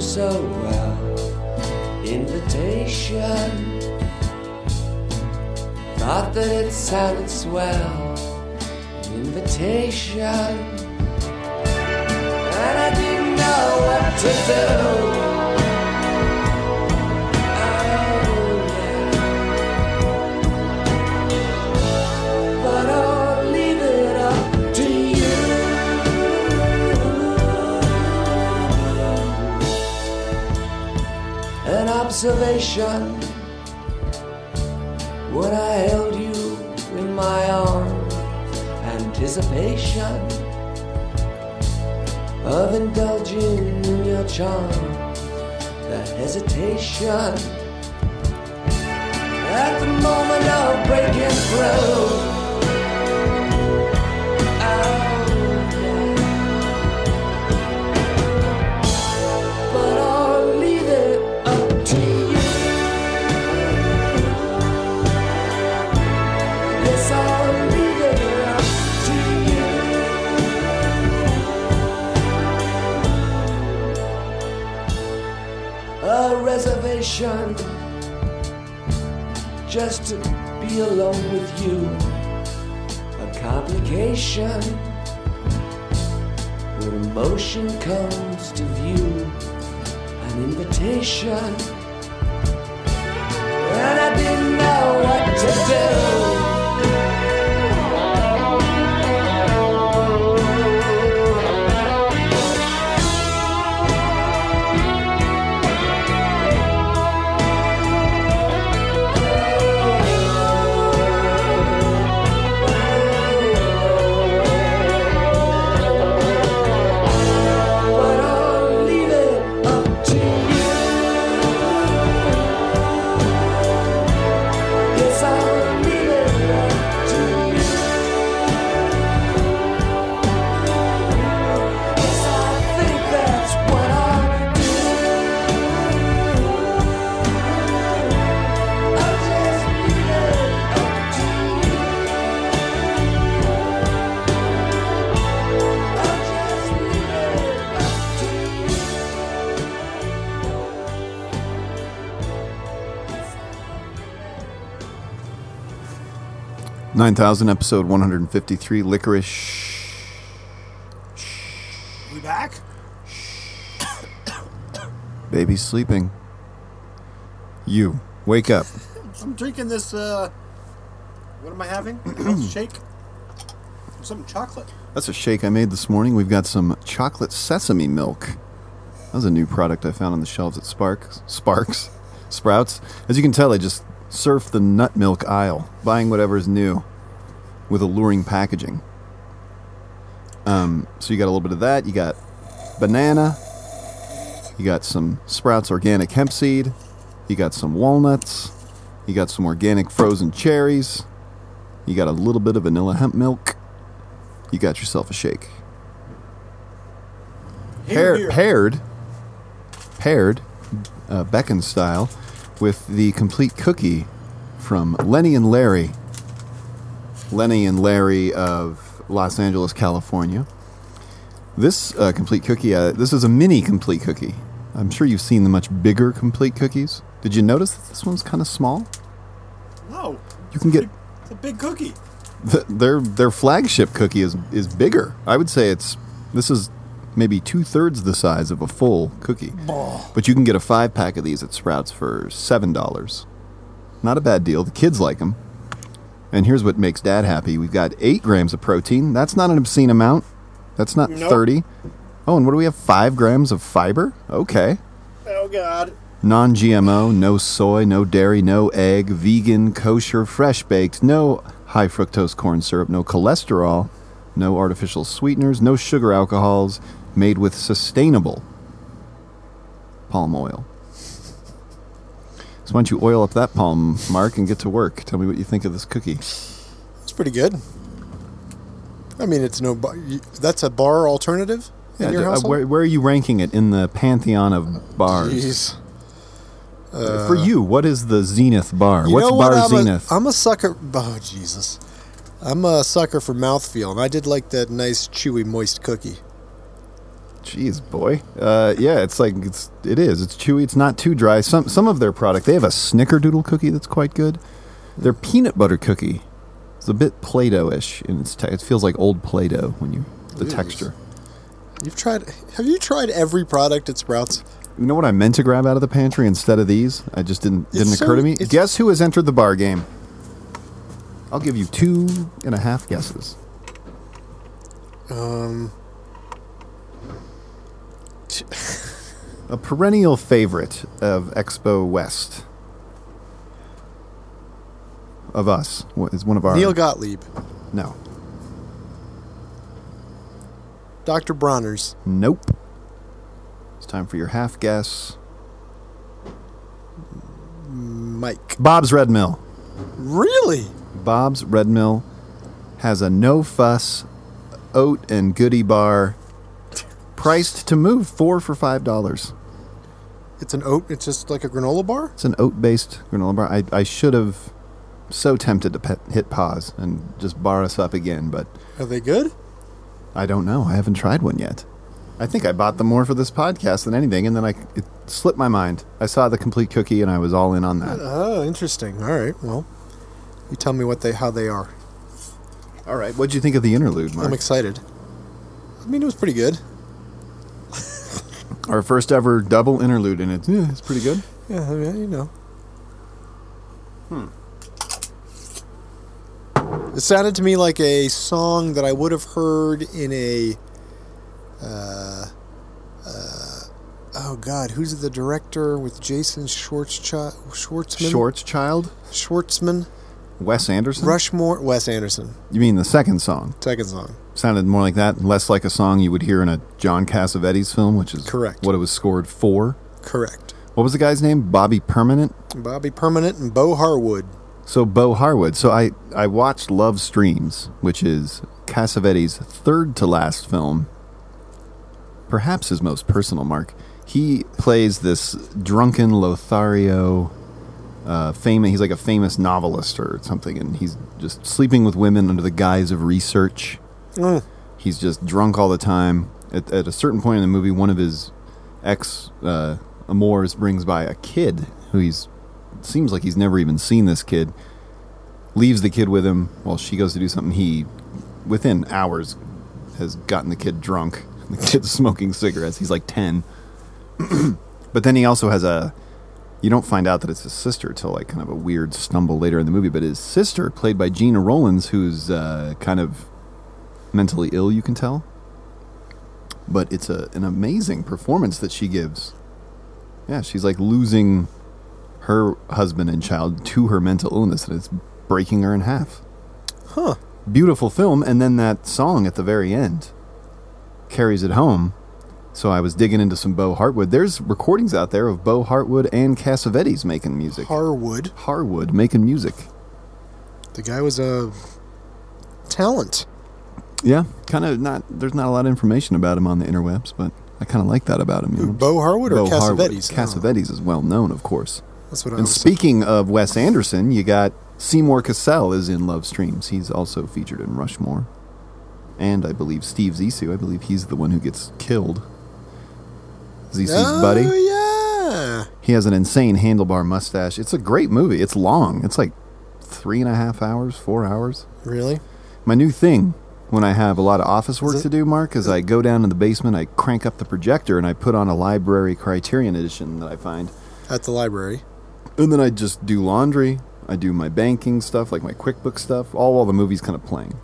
so well. Invitation. Not that it sounded swell. Invitation. And I didn't know what to do. Oh, yeah. But I'll leave it up to you an observation when I held you in my arms, anticipation of indulging in your charm, the hesitation at the moment of breaking through. Oh, yeah. but I'll leave it up to you. Yes, I'll leave it up to you. A reservation just to be alone with you. A complication when emotion comes to view an invitation, and I didn't know what to do. But I'll leave it up to you. Yes, I'll leave it up to you. Yes, I think that's what I'll do. I'll just leave it up to you. I'll just leave it up to you. Yes, I'll leave it
9000, episode 153, Licorice.
We back?
Baby's sleeping. You, wake up.
I'm drinking this, uh. What am I having?
Hmm.
Health shake? Some chocolate.
That's a shake I made this morning. We've got some chocolate sesame milk. That was a new product I found on the shelves at Sparks. Sparks. Sprouts. As you can tell, I just surf the nut milk aisle, buying whatever's new with alluring packaging. Um, so you got a little bit of that. You got banana. You got some Sprouts organic hemp seed. You got some walnuts. You got some organic frozen cherries. You got a little bit of vanilla hemp milk you got yourself a shake.
Here,
Pair-
here.
paired, paired, uh, Beckon style, with the complete cookie from Lenny and Larry. Lenny and Larry of Los Angeles, California. This uh, complete cookie, uh, this is a mini complete cookie. I'm sure you've seen the much bigger complete cookies. Did you notice that this one's kind of small?
No.
You can get
It's a big cookie.
th- their their flagship cookie is is bigger. I would say it's this is maybe two thirds the size of a full cookie. But you can get a five pack of these at Sprouts for seven dollars. Not a bad deal. The kids like them. And here's what makes Dad happy: we've got eight grams of protein. That's not an obscene amount. That's not
Nope.
thirty. Oh, and what do we have? Five grams of fiber. Okay.
Oh, God.
Non GMO, no soy, no dairy, no egg, vegan, kosher, fresh baked, no high fructose corn syrup, no cholesterol, no artificial sweeteners, no sugar alcohols, made with sustainable palm oil. So, why don't you oil up that palm, Mark, and get to work? Tell me what you think of this cookie.
It's pretty good. I mean, it's no. Bar, you- that's a bar alternative in your
d- uh,
household.
where, where are you ranking it in the pantheon of bars?
Jeez.
For you, what is the zenith bar?
You
What's
know
bar
what? I'm
zenith?
A, I'm a sucker. Oh Jesus, I'm a sucker for mouthfeel, and I did like that nice chewy moist cookie.
Jeez, boy. Uh, yeah, it's like it's it is. It's chewy. It's not too dry. Some some of their product. They have a Snickerdoodle cookie that's quite good. Their peanut butter cookie. It's a bit Play-Doh-ish in its te- it feels like old Play-Doh when you the
Ooh.
texture.
You've tried. Have you tried every product at Sprouts?
You know what I meant to grab out of the pantry instead of these? I just didn't didn't
so-
occur to me.
it's-
Guess who has entered the bar game? I'll give you two and a half guesses.
Um, Ch-
A perennial favorite of Expo West. Of us. Wha- Is one of our
Neil Gottlieb,
No.
Dr. Bronner's,
Nope. It's time for your half guess.
Mike.
Bob's Red Mill.
Really?
Bob's Red Mill has a no fuss oat and goodie bar priced to move four for five dollars.
It's an oat. It's just like a granola bar.
It's an oat based granola bar. I, I should have so tempted to pet, hit pause and just bar us up again, but
Are they good?
I don't know. I haven't tried one yet. I think I bought them more for this podcast than anything, and then I it slipped my mind. I saw the complete cookie, and I was all in on that.
Oh, interesting. All right. Well, you tell me what they how they are.
All right, what'd you think of the interlude, Mark?
I'm excited. I mean, it was pretty good.
Our first ever double interlude, and it's yeah, it's pretty good.
Yeah, I mean, you know. Hmm. It sounded to me like a song that I would have heard in a. Uh, uh, oh God, who's the director with Jason Schwartzcha- Schwartzman?
Shorts Child,
Schwartzman,
Wes Anderson.
Rushmore, Wes Anderson.
You mean the second song?
Second song.
Sounded more like that, less like a song you would hear in a John Cassavetes film, which is
Correct.
What it was scored for.
Correct.
What was the guy's name? Bobby Permanent.
Bobby Permanent and Bo Harwood.
So Bo Harwood. So I I watched Love Streams, which is Cassavetes' third to last film, perhaps his most personal mark. He plays this drunken Lothario. Uh, famous, he's like a famous novelist or something, and he's just sleeping with women under the guise of research.
Mm.
He's just drunk all the time. At, at a certain point in the movie, one of his ex uh, amours brings by a kid who he's seems like he's never even seen this kid. Leaves the kid with him while she goes to do something. He, within hours, has gotten the kid drunk. The kid's smoking cigarettes. He's like ten. but then he also has a. You don't find out that it's his sister till like kind of a weird stumble later in the movie. But his sister, played by Gina Rollins, who's uh, kind of mentally ill, you can tell. But it's a, an amazing performance that she gives. Yeah, she's like losing her husband and child to her mental illness, and it's breaking her in half.
Huh.
Beautiful film, and then that song at the very end carries it home. So I was digging into some Bo Hartwood. There's recordings out there of Bo Hartwood and Cassavetes making music.
Harwood.
Harwood making music.
The guy was a talent.
Yeah, kind of not. There's not a lot of information about him on the interwebs, but I kind of like that about him. you know?
Bo Harwood or
Bo Harwood.
Cassavetes?
Cassavetes is well known, of course.
That's what I
And
was.
speaking of Wes Anderson, you got Seymour Cassell is in Love Streams. He's also featured in Rushmore, and I believe Steve Zissou. I believe he's the one who gets killed. Zissou's
oh,
buddy.
yeah.
He has an insane handlebar mustache. It's a great movie. It's long. It's like three and a half hours, four hours.
Really?
My new thing when I have a lot of office work
it-
to do, Mark, is I go down in the basement, I crank up the projector, and I put on a library criterion edition that I find.
At the library.
And then I just do laundry. I do my banking stuff, like my QuickBooks stuff, all while the movie's kind of playing.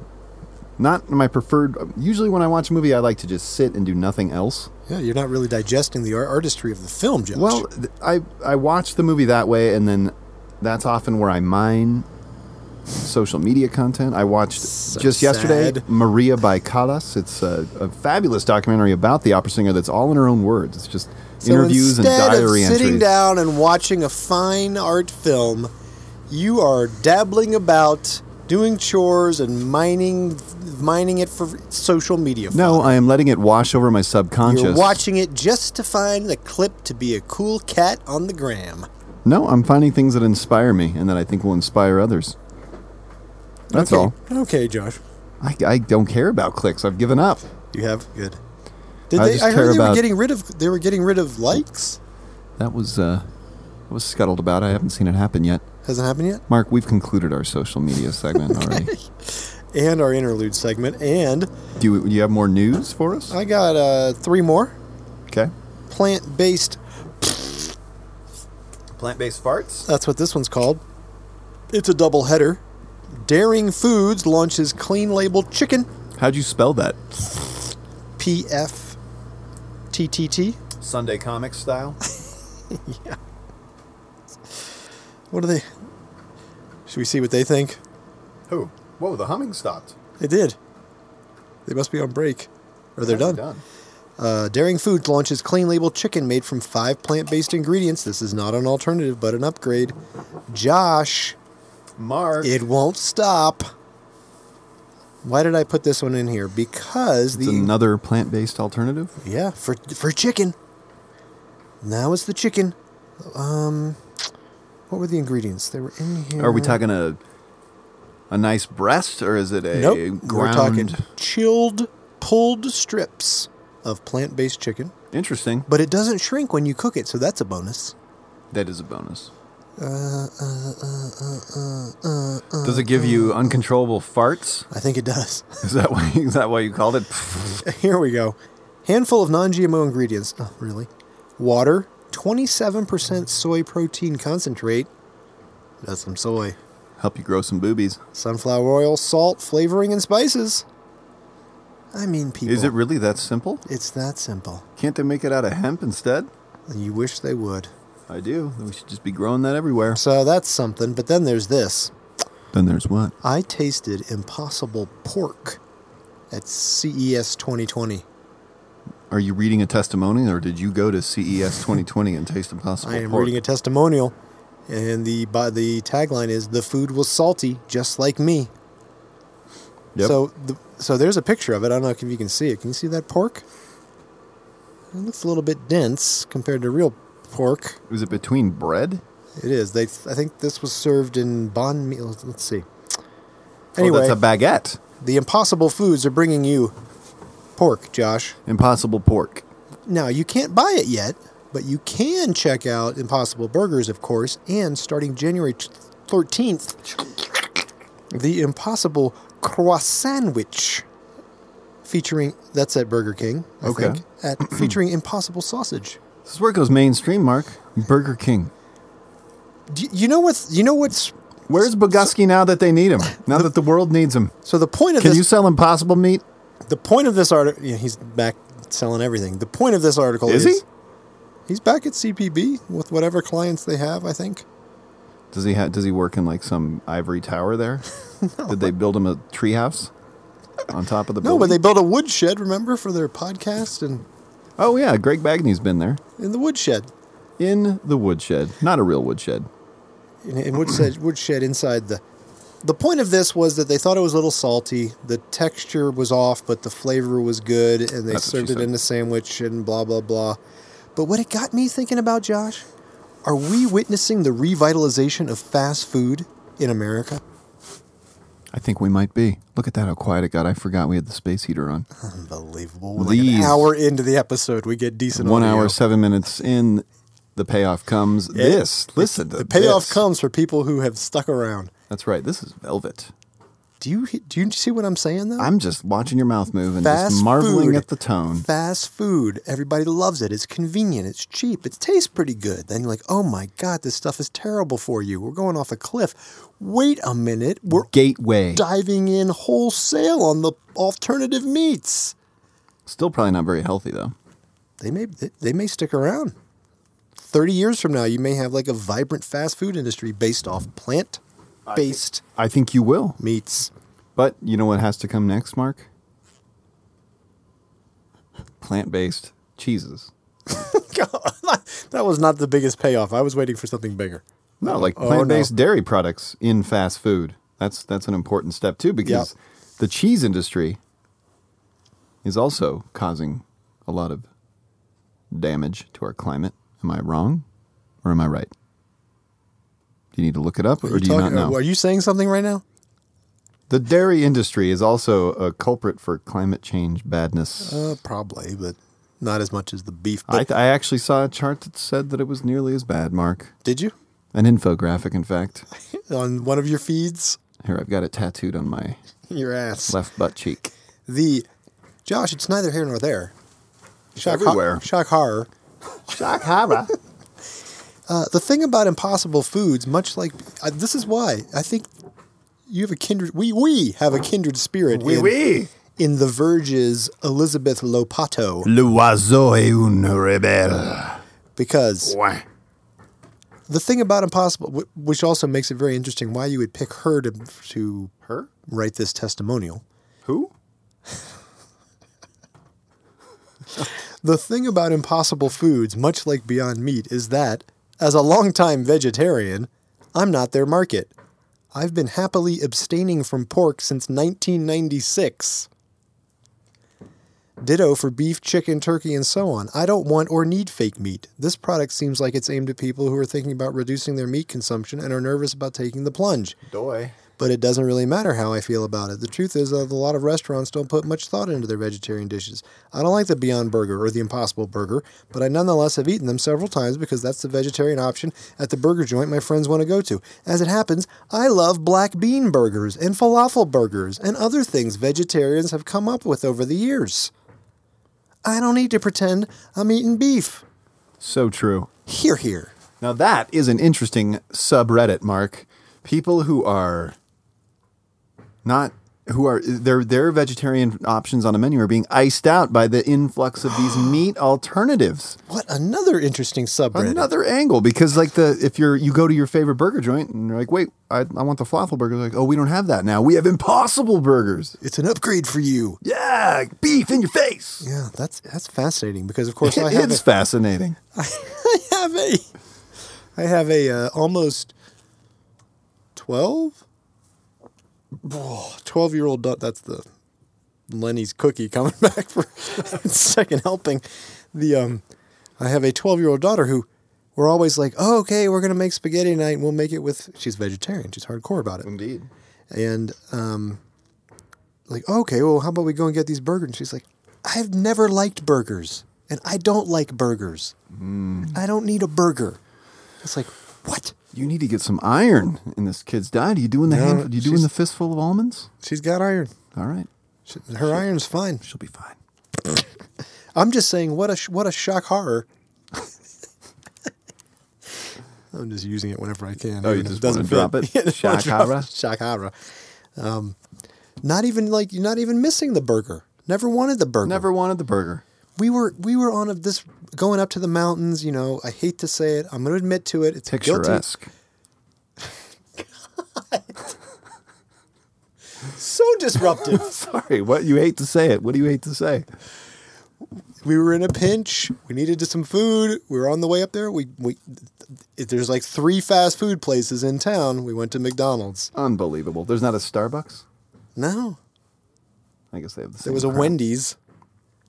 Not my preferred. Usually, when I watch a movie, I like to just sit and do nothing else.
Yeah, you're not really digesting the ar- artistry of the film, Josh.
Well, th- I I watch the movie that way, and then that's often where I mine social media content. I watched just yesterday
sad.
Maria by Callas. It's a, a fabulous documentary about the opera singer that's all in her own words. It's just
so
interviews and
instead
diary
of sitting
entries.
down and watching a fine art film, you are dabbling about, doing chores, and mining, mining it for social media.
no, I am letting it wash over my
fun.
subconscious.
you're watching it just to find the clip to be a cool cat on the gram.
No, I'm finding things that inspire me and that I think will inspire others. That's all.
Okay, Josh.
I, I don't care about clicks. I've given up.
You have good. Did
I
they?
just
I
care
heard they were
about-
getting rid of. They were getting rid of likes.
That was uh, that was scuttled about. I haven't seen it happen yet.
Hasn't happened yet.
Mark, we've concluded our social media segment already.
And our interlude segment. And
Do you, do you have more news for us?
I got uh, three more
Okay.
plant-based.
Plant-based farts.
That's what this one's called. It's a double header. Daring Foods launches clean label chicken.
How'd you spell that?
PF. TTT.
Sunday comic style.
What are they? Should we see what they think?
Who? Whoa! The humming stopped.
They did. They must be on break, or they're done. Uh, Daring Foods launches clean label chicken made from five plant-based ingredients. This is not an alternative, but an upgrade. Josh,
Mark.
it won't stop. Why did I put this one in here? Because
It's
the
another plant-based alternative.
yeah for for chicken. Now it's the chicken. Um, what were the ingredients? They were in here.
Are we talking a a nice breast, or is it a
Nope. We're
ground?
talking chilled, pulled strips of plant based chicken,
Interesting.
but it doesn't shrink when you cook it, so that's a bonus.
That is a bonus.
Uh,
Does it give
uh.
you uncontrollable farts?
I think it does.
Is that why? Is that why you called it?
Here we go. Handful of non GMO ingredients. Oh, really? Water, 27% soy protein concentrate. That's some soy.
Help you grow some boobies.
Sunflower oil, salt, flavoring, and spices. I mean, people.
Is it really that simple?
It's that simple.
Can't they make it out of hemp instead?
You wish they would.
I do. We should just be growing that everywhere.
So that's something. But then there's this.
Then there's what?
I tasted Impossible Pork at E CES 2020.
Are you reading a testimony, or did you go to E CES 2020 and taste impossible?
I am
pork?
reading a testimonial, and the by the tagline is "The food was salty, just like me."
Yep.
So, the, so there's a picture of it. I don't know if you can see it. Can you see that pork? It looks a little bit dense compared to real pork.
Is it between bread?
It is. They, I think this was served in bond meal. Let's see.
oh,
Anyway,
that's a baguette.
the Impossible Foods are bringing you pork, Josh.
Impossible pork.
Now, you can't buy it yet, but you can check out Impossible Burgers, of course, and starting January t- 13th, the Impossible Croissant Sandwich featuring that's at Burger King, I
Okay.
think, at featuring Impossible Sausage.
This is where it goes mainstream, Mark. Burger King.
Do you, you know what's you know what's
Where's Bogusky now that they need him? Now that the world needs him.
so the point of
Can
this
you sell impossible meat?
the point of this article yeah, he's back selling everything. The point of this article
Is
is,
he?
He's back at CPB with whatever clients they have, I think.
Does he ha- does he work in like some ivory tower there? Did they build him a treehouse on top of the
No, but they
building?
built a woodshed, remember, for their podcast and
Oh yeah, Greg Bagney's been there
in the woodshed.
in the woodshed. Not a real woodshed.
in, in woodshed, woodshed inside the. The point of this was that they thought it was a little salty. The texture was off, but the flavor was good, and
That's
they
what
served
she
it
said.
in a sandwich and blah blah blah. But what it got me thinking about, Josh, are we witnessing the revitalization of fast food in America?
I think we might be. Look at that, how quiet it got. I forgot we had the space heater on.
Unbelievable! We're Like an
Please.
hour into the episode, we get decent.
One
audio.
hour, seven minutes in, the payoff comes. This, listen to
The payoff
this.
comes for people who have stuck around.
That's right. This is velvet.
Do you he- do you see what I'm saying though?
I'm just watching your mouth move and
Fast
just marveling
food.
at the tone.
fast food. Everybody loves it. It's convenient. It's cheap. It tastes pretty good. Then you're like, oh my God, this stuff is terrible for you. We're going off a cliff. Wait a minute. We're
Gateway.
diving in wholesale on the alternative meats.
Still probably not very healthy though.
They may they may stick around. 30 years from now, you may have like a vibrant fast food industry based off plant based
I think you will.
meats.
But you know what has to come next, Mark? Plant based cheeses.
that was not the biggest payoff. I was waiting for something bigger.
No, like
Oh, no.
plant based dairy products in fast food. That's that's an important step too because the cheese industry is also causing a lot of damage to our climate. Am I wrong or am I right? Do you need to look it up or do you not
Talking-
know?
uh, Are you saying something right now?
The dairy industry is also a culprit for climate change badness.
Uh, probably, but Not as much as the beef, but
I, th- I actually saw a chart that said that it was nearly as bad, Mark.
did you?
An infographic, in fact.
On one of your feeds?
Here, I've got it tattooed on my
Your ass.
left butt cheek.
The Josh, it's neither here nor there. Shock
everywhere.
Ho- shock horror.
Shock horror.
Uh, the thing about impossible foods, much like uh, this, is why I think you have a kindred. We we have a kindred spirit. in,
oui.
in the Verge's Elizabeth Lopato
L'oiseau est un rebelle.
because
Ouais.
the thing about impossible, wh- which also makes it very interesting, why you would pick her to to
Her?
write this testimonial.
Who?
The thing about impossible foods, much like Beyond Meat, is that, as a longtime vegetarian, I'm not their market. I've been happily abstaining from pork since 1996. Ditto for beef, chicken, turkey, and so on. I don't want or need fake meat. This product seems like it's aimed at people who are thinking about reducing their meat consumption and are nervous about taking the plunge.
Doy.
But it doesn't really matter how I feel about it. The truth is that a lot of restaurants don't put much thought into their vegetarian dishes. I don't like the Beyond Burger or the Impossible Burger, but I nonetheless have eaten them several times because that's the vegetarian option at the burger joint my friends want to go to. As it happens, I love black bean burgers and falafel burgers and other things vegetarians have come up with over the years. I don't need to pretend I'm eating beef.
So true.
Here, here.
Now that is an interesting subreddit, Mark. People who are not who are their their vegetarian options on a menu are being iced out by the influx of these meat alternatives.
What another interesting subreddit.
Another angle because like the if you're you go to your favorite burger joint and you're like, wait, I, I want the falafel burger. They're like, oh, we don't have that now. We have impossible burgers.
It's an upgrade for you.
Yeah, beef in your face.
Yeah, that's that's fascinating because of course I have
It's
a,
fascinating.
I have a I have a uh, almost 12 12 year old that's the Lenny's cookie coming back for second helping the um I have a 12 year old daughter who we're always like oh, okay we're gonna make spaghetti tonight and we'll make it with she's vegetarian she's hardcore about it
Indeed.
and um, like, okay, well, how about we go and get these burgers? And she's like, I've never liked burgers, and I don't like burgers. I don't need a burger. It's like, what?
You need to get some iron in this kid's diet. Are you doing the
No,
hand, you doing
she's-
the fistful of almonds?
She's got iron.
All right.
She, her iron's fine.
She'll be fine.
I'm just saying, what a sh- what a shock horror. I'm just using it whenever I can.
Oh, you
even if
just wanna drop it?
Yeah, just wanna
Shock
drop it.
horror?
Shock horror. Um, not even like you're not even missing the burger. Never wanted the burger.
Never wanted the burger.
we were we were on a, this going up to the mountains. You know, I hate to say it. I'm going to admit to it. It's guilty.
Picturesque.
So disruptive.
Sorry, what you hate to say it. What do you hate to say?
we were in a pinch. We needed some food. We were on the way up there. We we it, there's like three fast food places in town. We went to McDonald's.
Unbelievable. There's not a Starbucks.
No,
I guess they have the same.
there was a
crap.
Wendy's.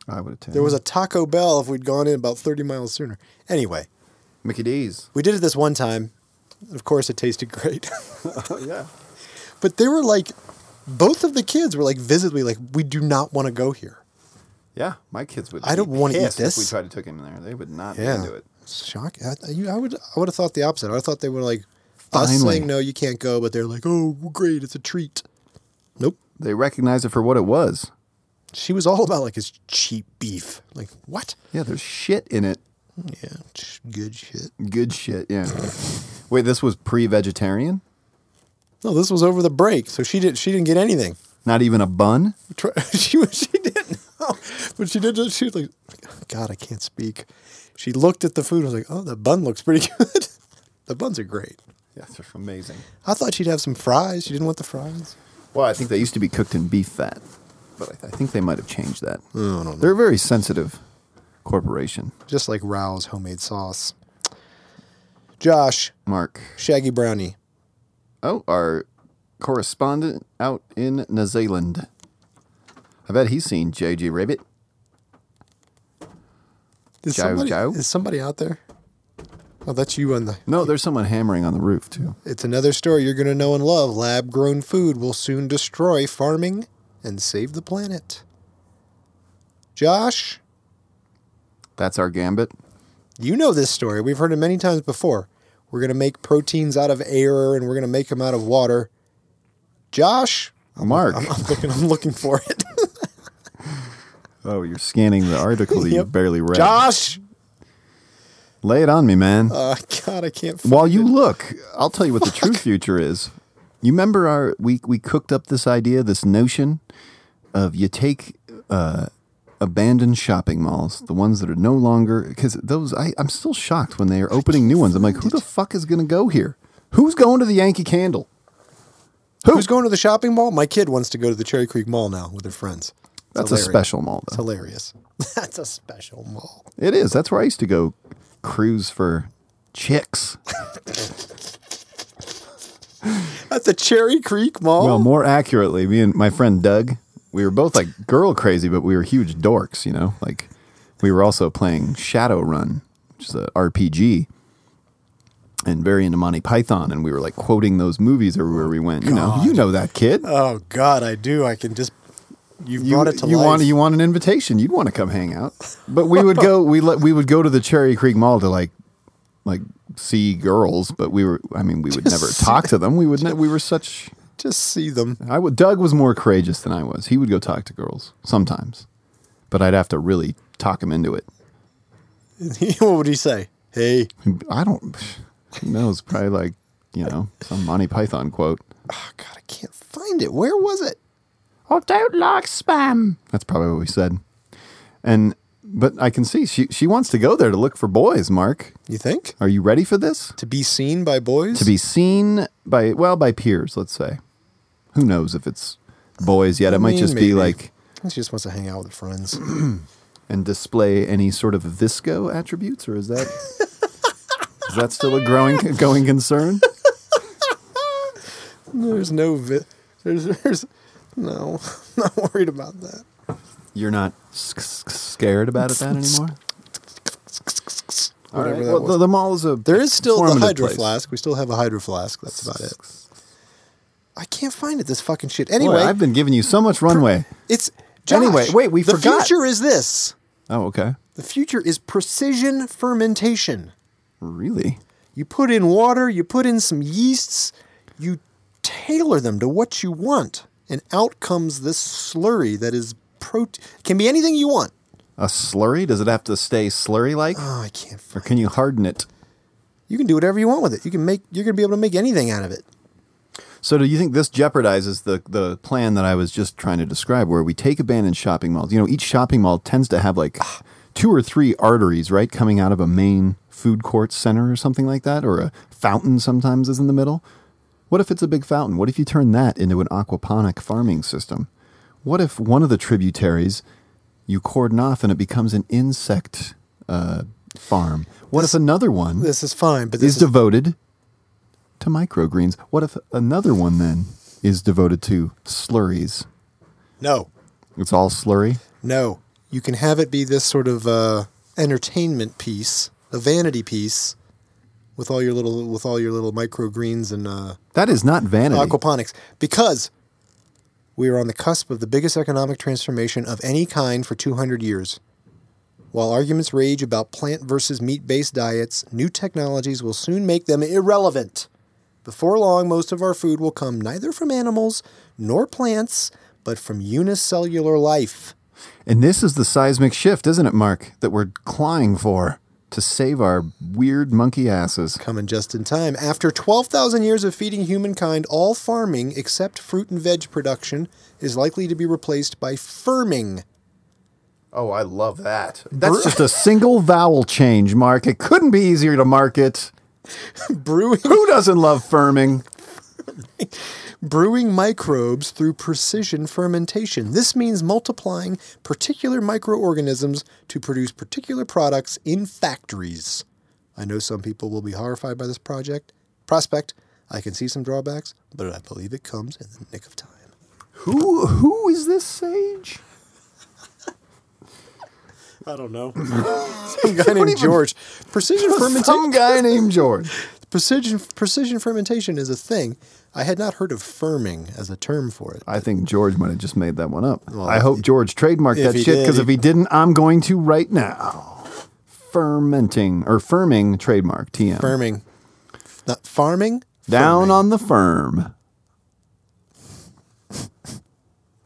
I would attend.
There was a Taco Bell if we'd gone in about 30 miles sooner. Anyway,
Mickey D's.
we did it this one time. Of course, it tasted great.
Oh yeah.
but they were like, both of the kids were like visibly like, we do not want to go here.
Yeah, my kids would.
I don't
be
wanna eat
pissed
this.
If we tried to take him in there, they would not be
Yeah.
into it.
Shock. I, you, I would. I would have thought the opposite. I thought they were like us
Finally.
saying no, you can't go, but they're like, oh, great, it's a treat. Nope.
They recognized it for what it was.
She was all about like his cheap beef. Like what?
Yeah, there's shit in it.
Yeah, ch- good shit.
Good shit. Yeah. Wait, this was pre-vegetarian.
No, this was over the break, so she didn't. She didn't get anything.
Not even a bun.
Try- She was. She didn't. know. But she did. She was like, God, I can't speak. She looked at the food. and was like, oh, the bun looks pretty good. the buns are great.
Yeah, they're amazing.
I thought she'd have some fries. She didn't want the fries.
Well, I think they used to be cooked in beef fat, but I, th- I think they might have changed that. They're a very sensitive corporation.
just like Rao's homemade sauce. Josh,
Mark.
Shaggy Brownie.
Oh, our correspondent out in New Zealand. I bet he's seen JJ Rabbit.
Is
Joe,
somebody
Joe?
is somebody out there? Oh, that's you on the.
No, there's someone hammering on the roof too.
It's another story you're gonna know and love. Lab-grown food will soon destroy farming and save the planet. Josh,
That's our gambit.
You know this story. We've heard it many times before. We're going to make proteins out of air and we're going to make them out of water. Josh,
Mark.
I'm, I'm looking I'm looking for it.
Oh, you're scanning the article that you
Yep.
barely read.
Josh.
Lay it on me, man.
Uh, God, I can't. F-
While you look, I'll tell you what the true future is. You remember our we we cooked up this idea, this notion of you take uh, abandoned shopping malls, the ones that are no longer because those I I'm still shocked when they are opening new ones. I'm like, who the fuck is going to go here? Who's going to the Yankee Candle?
Who's going to the shopping mall? My kid wants to go to the Cherry Creek Mall now with her friends. It's
That's
hilarious.
a special mall,
It's
though.
hilarious. That's a special mall.
It is. That's where I used to go cruise for chicks.
That's a Cherry Creek Mall.
Well, more accurately, me and my friend Doug, we were both like girl crazy, but we were huge dorks, you know? Like we were also playing Shadowrun, which is a RPG, and very into Monty Python, and we were like quoting those movies everywhere we went. You know, you know that kid.
oh God, I do. I can just. You've
you
brought it to
you
life.
want you want an invitation. You'd want to come hang out. But we would go we let we would go to the Cherry Creek Mall to like like see girls, but we were I mean we would never talk to them. We would ne- we were such
just see them.
I would. Doug was more courageous than I was. He would go talk to girls sometimes, but I'd have to really talk him into it.
what would he say? Hey,
I don't. Who knows? Probably like you know some Monty Python quote.
oh God, I can't find it. Where was it?
I Oh, don't like spam. That's probably what we said. And but I can see she she wants to go there to look for boys. Mark,
You think
are you ready for this?
to be seen by boys?
To be seen by well by peers, let's say. Who knows if it's boys yet? It
I
might
mean,
just
maybe.
be like
He just wants to hang out with friends.
and display any sort of visco attributes, or is that is that still a growing going concern?
There's no vi- there's there's no I'm not worried about that.
You're not s- s- scared about it that anymore. All right.
Whatever that
Well, the,
was.
the mall is a
There is still the
formative
hydro
place.
flask. We still have a hydro flask. That's about it. I can't find it. This fucking shit.
Boy,
Anyway,
I've been giving you so much runway.
it's Josh,
Anyway, wait, we
the
forgot.
future is this.
Oh, okay.
The future is precision fermentation.
Really?
You put in water, you put in some yeasts, you tailor them to what you want, and out comes this slurry that is protein. Can be anything you want.
A slurry? Does it have to stay slurry like,
Oh, I can't. Find
or can you harden it?
You can do whatever you want with it. You can make. You're gonna be able to make anything out of it.
So, do you think this jeopardizes the the plan that I was just trying to describe, where we take abandoned shopping malls? You know, each shopping mall tends to have like two or three arteries, right, coming out of a main food court center or something like that, or a fountain sometimes is in the middle. What if it's a big fountain? What if you turn that into an aquaponic farming system? What if one of the tributaries you cordon off and it becomes an insect uh, farm? What if another one?
This is fine, but
is
this is,
devoted to microgreens. What if another one then is devoted to slurries?
no,
It's all slurry.
no. You can have it be this sort of uh, entertainment piece, a vanity piece, with all your little with all your little microgreens and uh,
That is not vanity.
aquaponics, because we are on the cusp of the biggest economic transformation of any kind for 200 years. While arguments rage about plant versus meat based diets, new technologies will soon make them irrelevant. Before long, most of our food will come neither from animals nor plants, but from unicellular life.
and this is the seismic shift, isn't it, Mark, that we're clawing for to save our weird monkey asses?
Coming just in time. After 12,000 years of feeding humankind, all farming except fruit and veg production is likely to be replaced by firming.
Oh, I love that. That's just a single vowel change, Mark. It couldn't be easier to market.
Brewing
Who doesn't love firming?
brewing microbes through precision fermentation. This means multiplying particular microorganisms to produce particular products in factories. I know some people will be horrified by this project prospect. I can see some drawbacks, but I believe it comes in the nick of time.
Who who is this sage?
I don't know.
Some guy named George. Precision fermentation.
Some guy named George.
Precision precision fermentation is a thing. I had not heard of firming as a term for it.
I think George might have just made that one up. I hope George trademarked
if
that
he
shit because
did,
if he didn't, I'm going to right now. fermenting or firming trademark TM.
Firming. Not farming?
Down
Firming.
on the firm.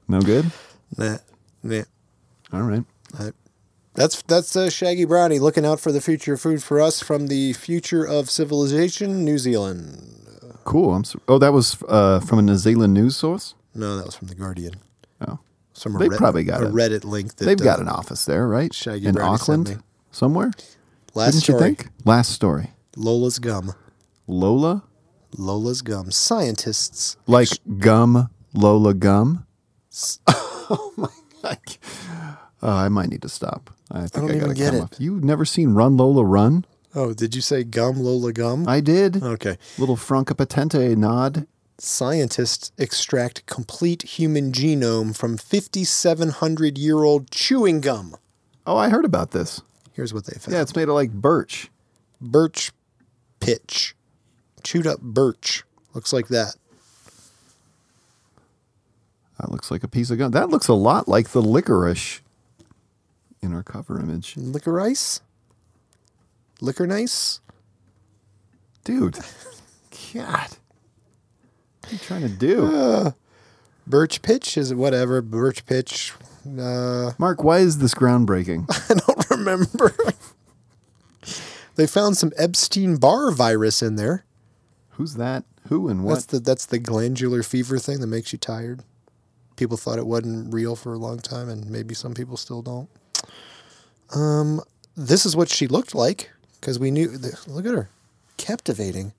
No good.
Nah, nah.
All right.
That's that's uh, Shaggy Brownie looking out for the future food for us from the future of civilization, New Zealand.
Cool. I'm so, oh, that was uh, from a New Zealand news source.
No, that was from the Guardian.
Oh,
Some
They
Reddit,
probably got
a
it.
Reddit link. That,
they've got
uh,
an office there, right?
Shaggy
in
Brownie sent
Auckland,
me.
somewhere.
Last
Didn't
story.
you think? Last story.
Lola's gum.
Lola,
Lola's gum. Scientists.
like gum. Lola gum. oh my god. Oh, I might need to stop. I think I,
don't even
gotta
get
come
it.
Off. You've never seen Run Lola Run?
Oh, did you say gum? Lola gum.
I did.
okay.
Little Franca Patente nod.
Scientists extract complete human genome from 5,700 year old chewing gum.
Oh, I heard about this.
Here's what they found.
Yeah, it's made of like birch.
birch pitch. Chewed up birch. Looks like that.
That looks like a piece of gum. That looks a lot like the licorice in our cover image.
Licorice? Liquor nice?
Dude. God. What are you trying to do?
Birch pitch is whatever. Birch pitch. Uh,
Mark, why is this groundbreaking?
I don't remember. they found some Epstein Barr virus in there.
Who's that? Who and what?
That's the that's the glandular fever thing that makes you tired. People thought it wasn't real for a long time, and maybe some people still don't. Um, this is what she looked like because we knew. th- Look at her, captivating.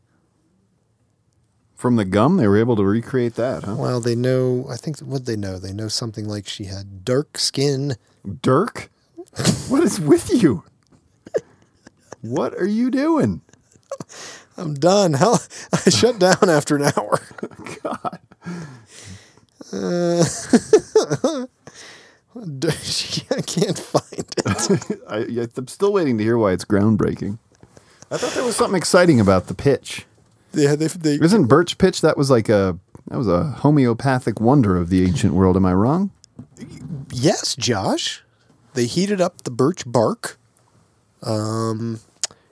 From the gum, they were able to recreate that, huh?
Well, they know. I think what they know. They know something like she had dark skin.
Dirk? What is with you? What are you doing?
I'm done. Hell, I shut down after an hour. Uh, God. Uh, I can't find it.
I, I- I'm still waiting to hear why it's groundbreaking. I thought there was something exciting about the pitch.
Yeah, they, they,
Isn't birch pitch that was like a that was a homeopathic wonder of the ancient world? Am I wrong?
Yes, Josh. They heated up the birch bark, um,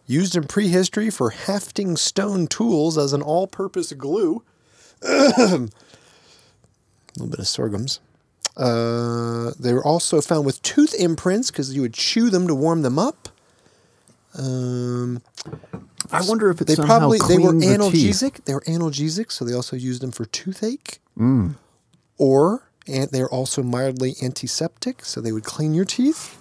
used in prehistory for hafting stone tools as an all purpose glue. A little bit of sorghums. Uh, they were also found with tooth imprints because you would chew them to warm them up. Um,
I wonder if it
they
somehow
probably they were
cleaned the teeth.
analgesic. They were analgesic, so they also used them for toothache.
Mm.
Or and they're also mildly antiseptic, so they would clean your teeth.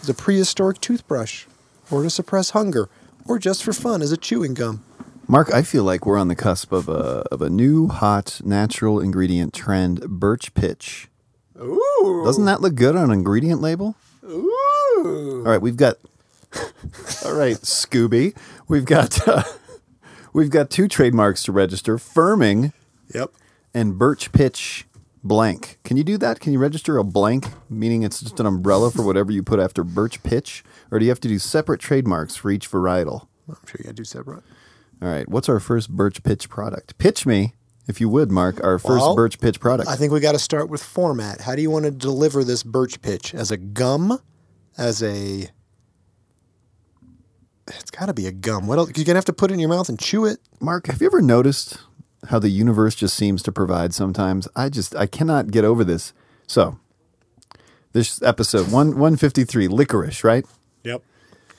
It's a prehistoric toothbrush, or to suppress hunger, or just for fun as a chewing gum.
Mark, I feel like we're on the cusp of a of a new hot natural ingredient trend: birch pitch. Ooh! Doesn't that look good on an ingredient label? Ooh! All right, we've got. all right, Scooby, we've got uh, we've got two trademarks to register: firming
Yep.
and birch pitch blank. Can you do that? Can you register a blank, meaning it's just an umbrella for whatever you put after birch pitch? Or do you have to do separate trademarks for each varietal?
I'm sure you gotta do separate.
All right, what's our first birch pitch product? Pitch me, if you would, Mark, our first
Well,
birch pitch product.
I think we got to start with format. How do you want to deliver this birch pitch? As a gum? As a. It's got to be a gum. What else? You're going to have to put it in your mouth and chew it.
Mark, have you ever noticed how the universe just seems to provide sometimes? I just I cannot get over this. So, this episode one one fifty three licorice, right?
Yep.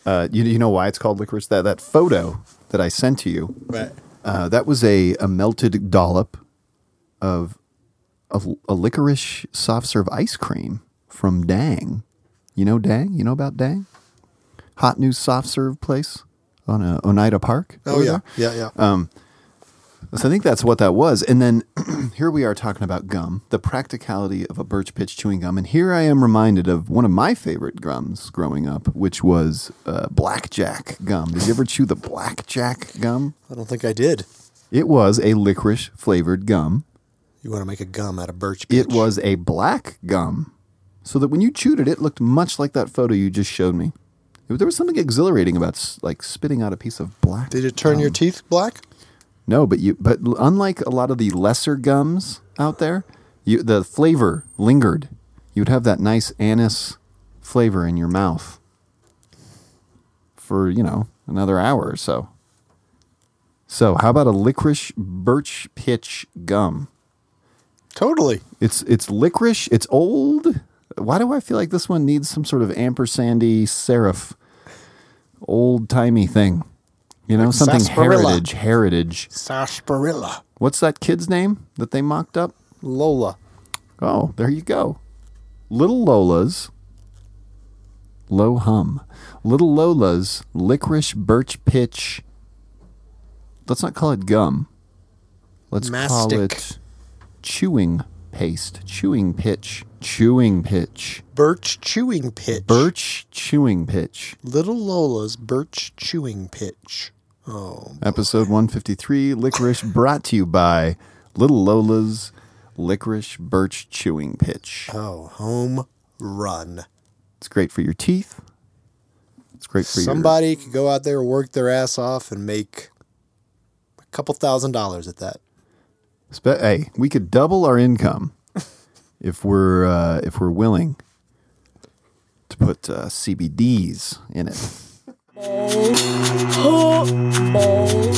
Uh, you you know why it's called licorice? That that photo that I sent to you.
Right.
Uh, that was a, a melted dollop of a, a licorice soft serve ice cream from Dang. You know Dang? You know about Dang? Hot new soft serve place on uh, Oneida Park.
Oh,
over
yeah.
there.
Yeah, yeah.
Um, So I think that's what that was. And then here we are talking about gum, the practicality of a birch pitch chewing gum. And here I am reminded of one of my favorite gums growing up, which was uh, blackjack gum. Did you ever chew the blackjack gum?
I don't think I did.
It was a licorice flavored gum.
You want to make a gum out of birch pitch?
It was a black gum, so that when you chewed it, it looked much like that photo you just showed me. It- There was something exhilarating about s- like spitting out a piece of black.
Did it turn your teeth black?
No, but you but l- unlike a lot of the lesser gums out there, you the flavor lingered. You would have that nice anise flavor in your mouth. for, you know, another hour or so. So, how about a licorice birch pitch gum?
Totally.
It's it's licorice. It's old. Why do I feel like this one needs some sort of ampersandy serif, old timey thing? You know, something
sarsaparilla.
heritage. Heritage.
Sarsaparilla.
What's that kid's name that they mocked up?
Lola.
Oh, there you go. Little Lola's low hum. Little Lola's licorice birch pitch. Let's not call it gum. Let's
Mastic.
call it chewing paste, chewing pitch, chewing pitch,
Birch chewing pitch.
birch chewing pitch.
Little Lola's birch chewing pitch. Oh,
Episode 153 Licorice brought to you by Little Lola's licorice birch chewing pitch.
oh, home run.
It's great for your teeth. It's great for your
Somebody could go out there, work their ass off, and make a couple thousand dollars at that.
Spe- hey, we could double our income if we're uh, if we're willing to put uh, CBDs in it.
Ho, ball,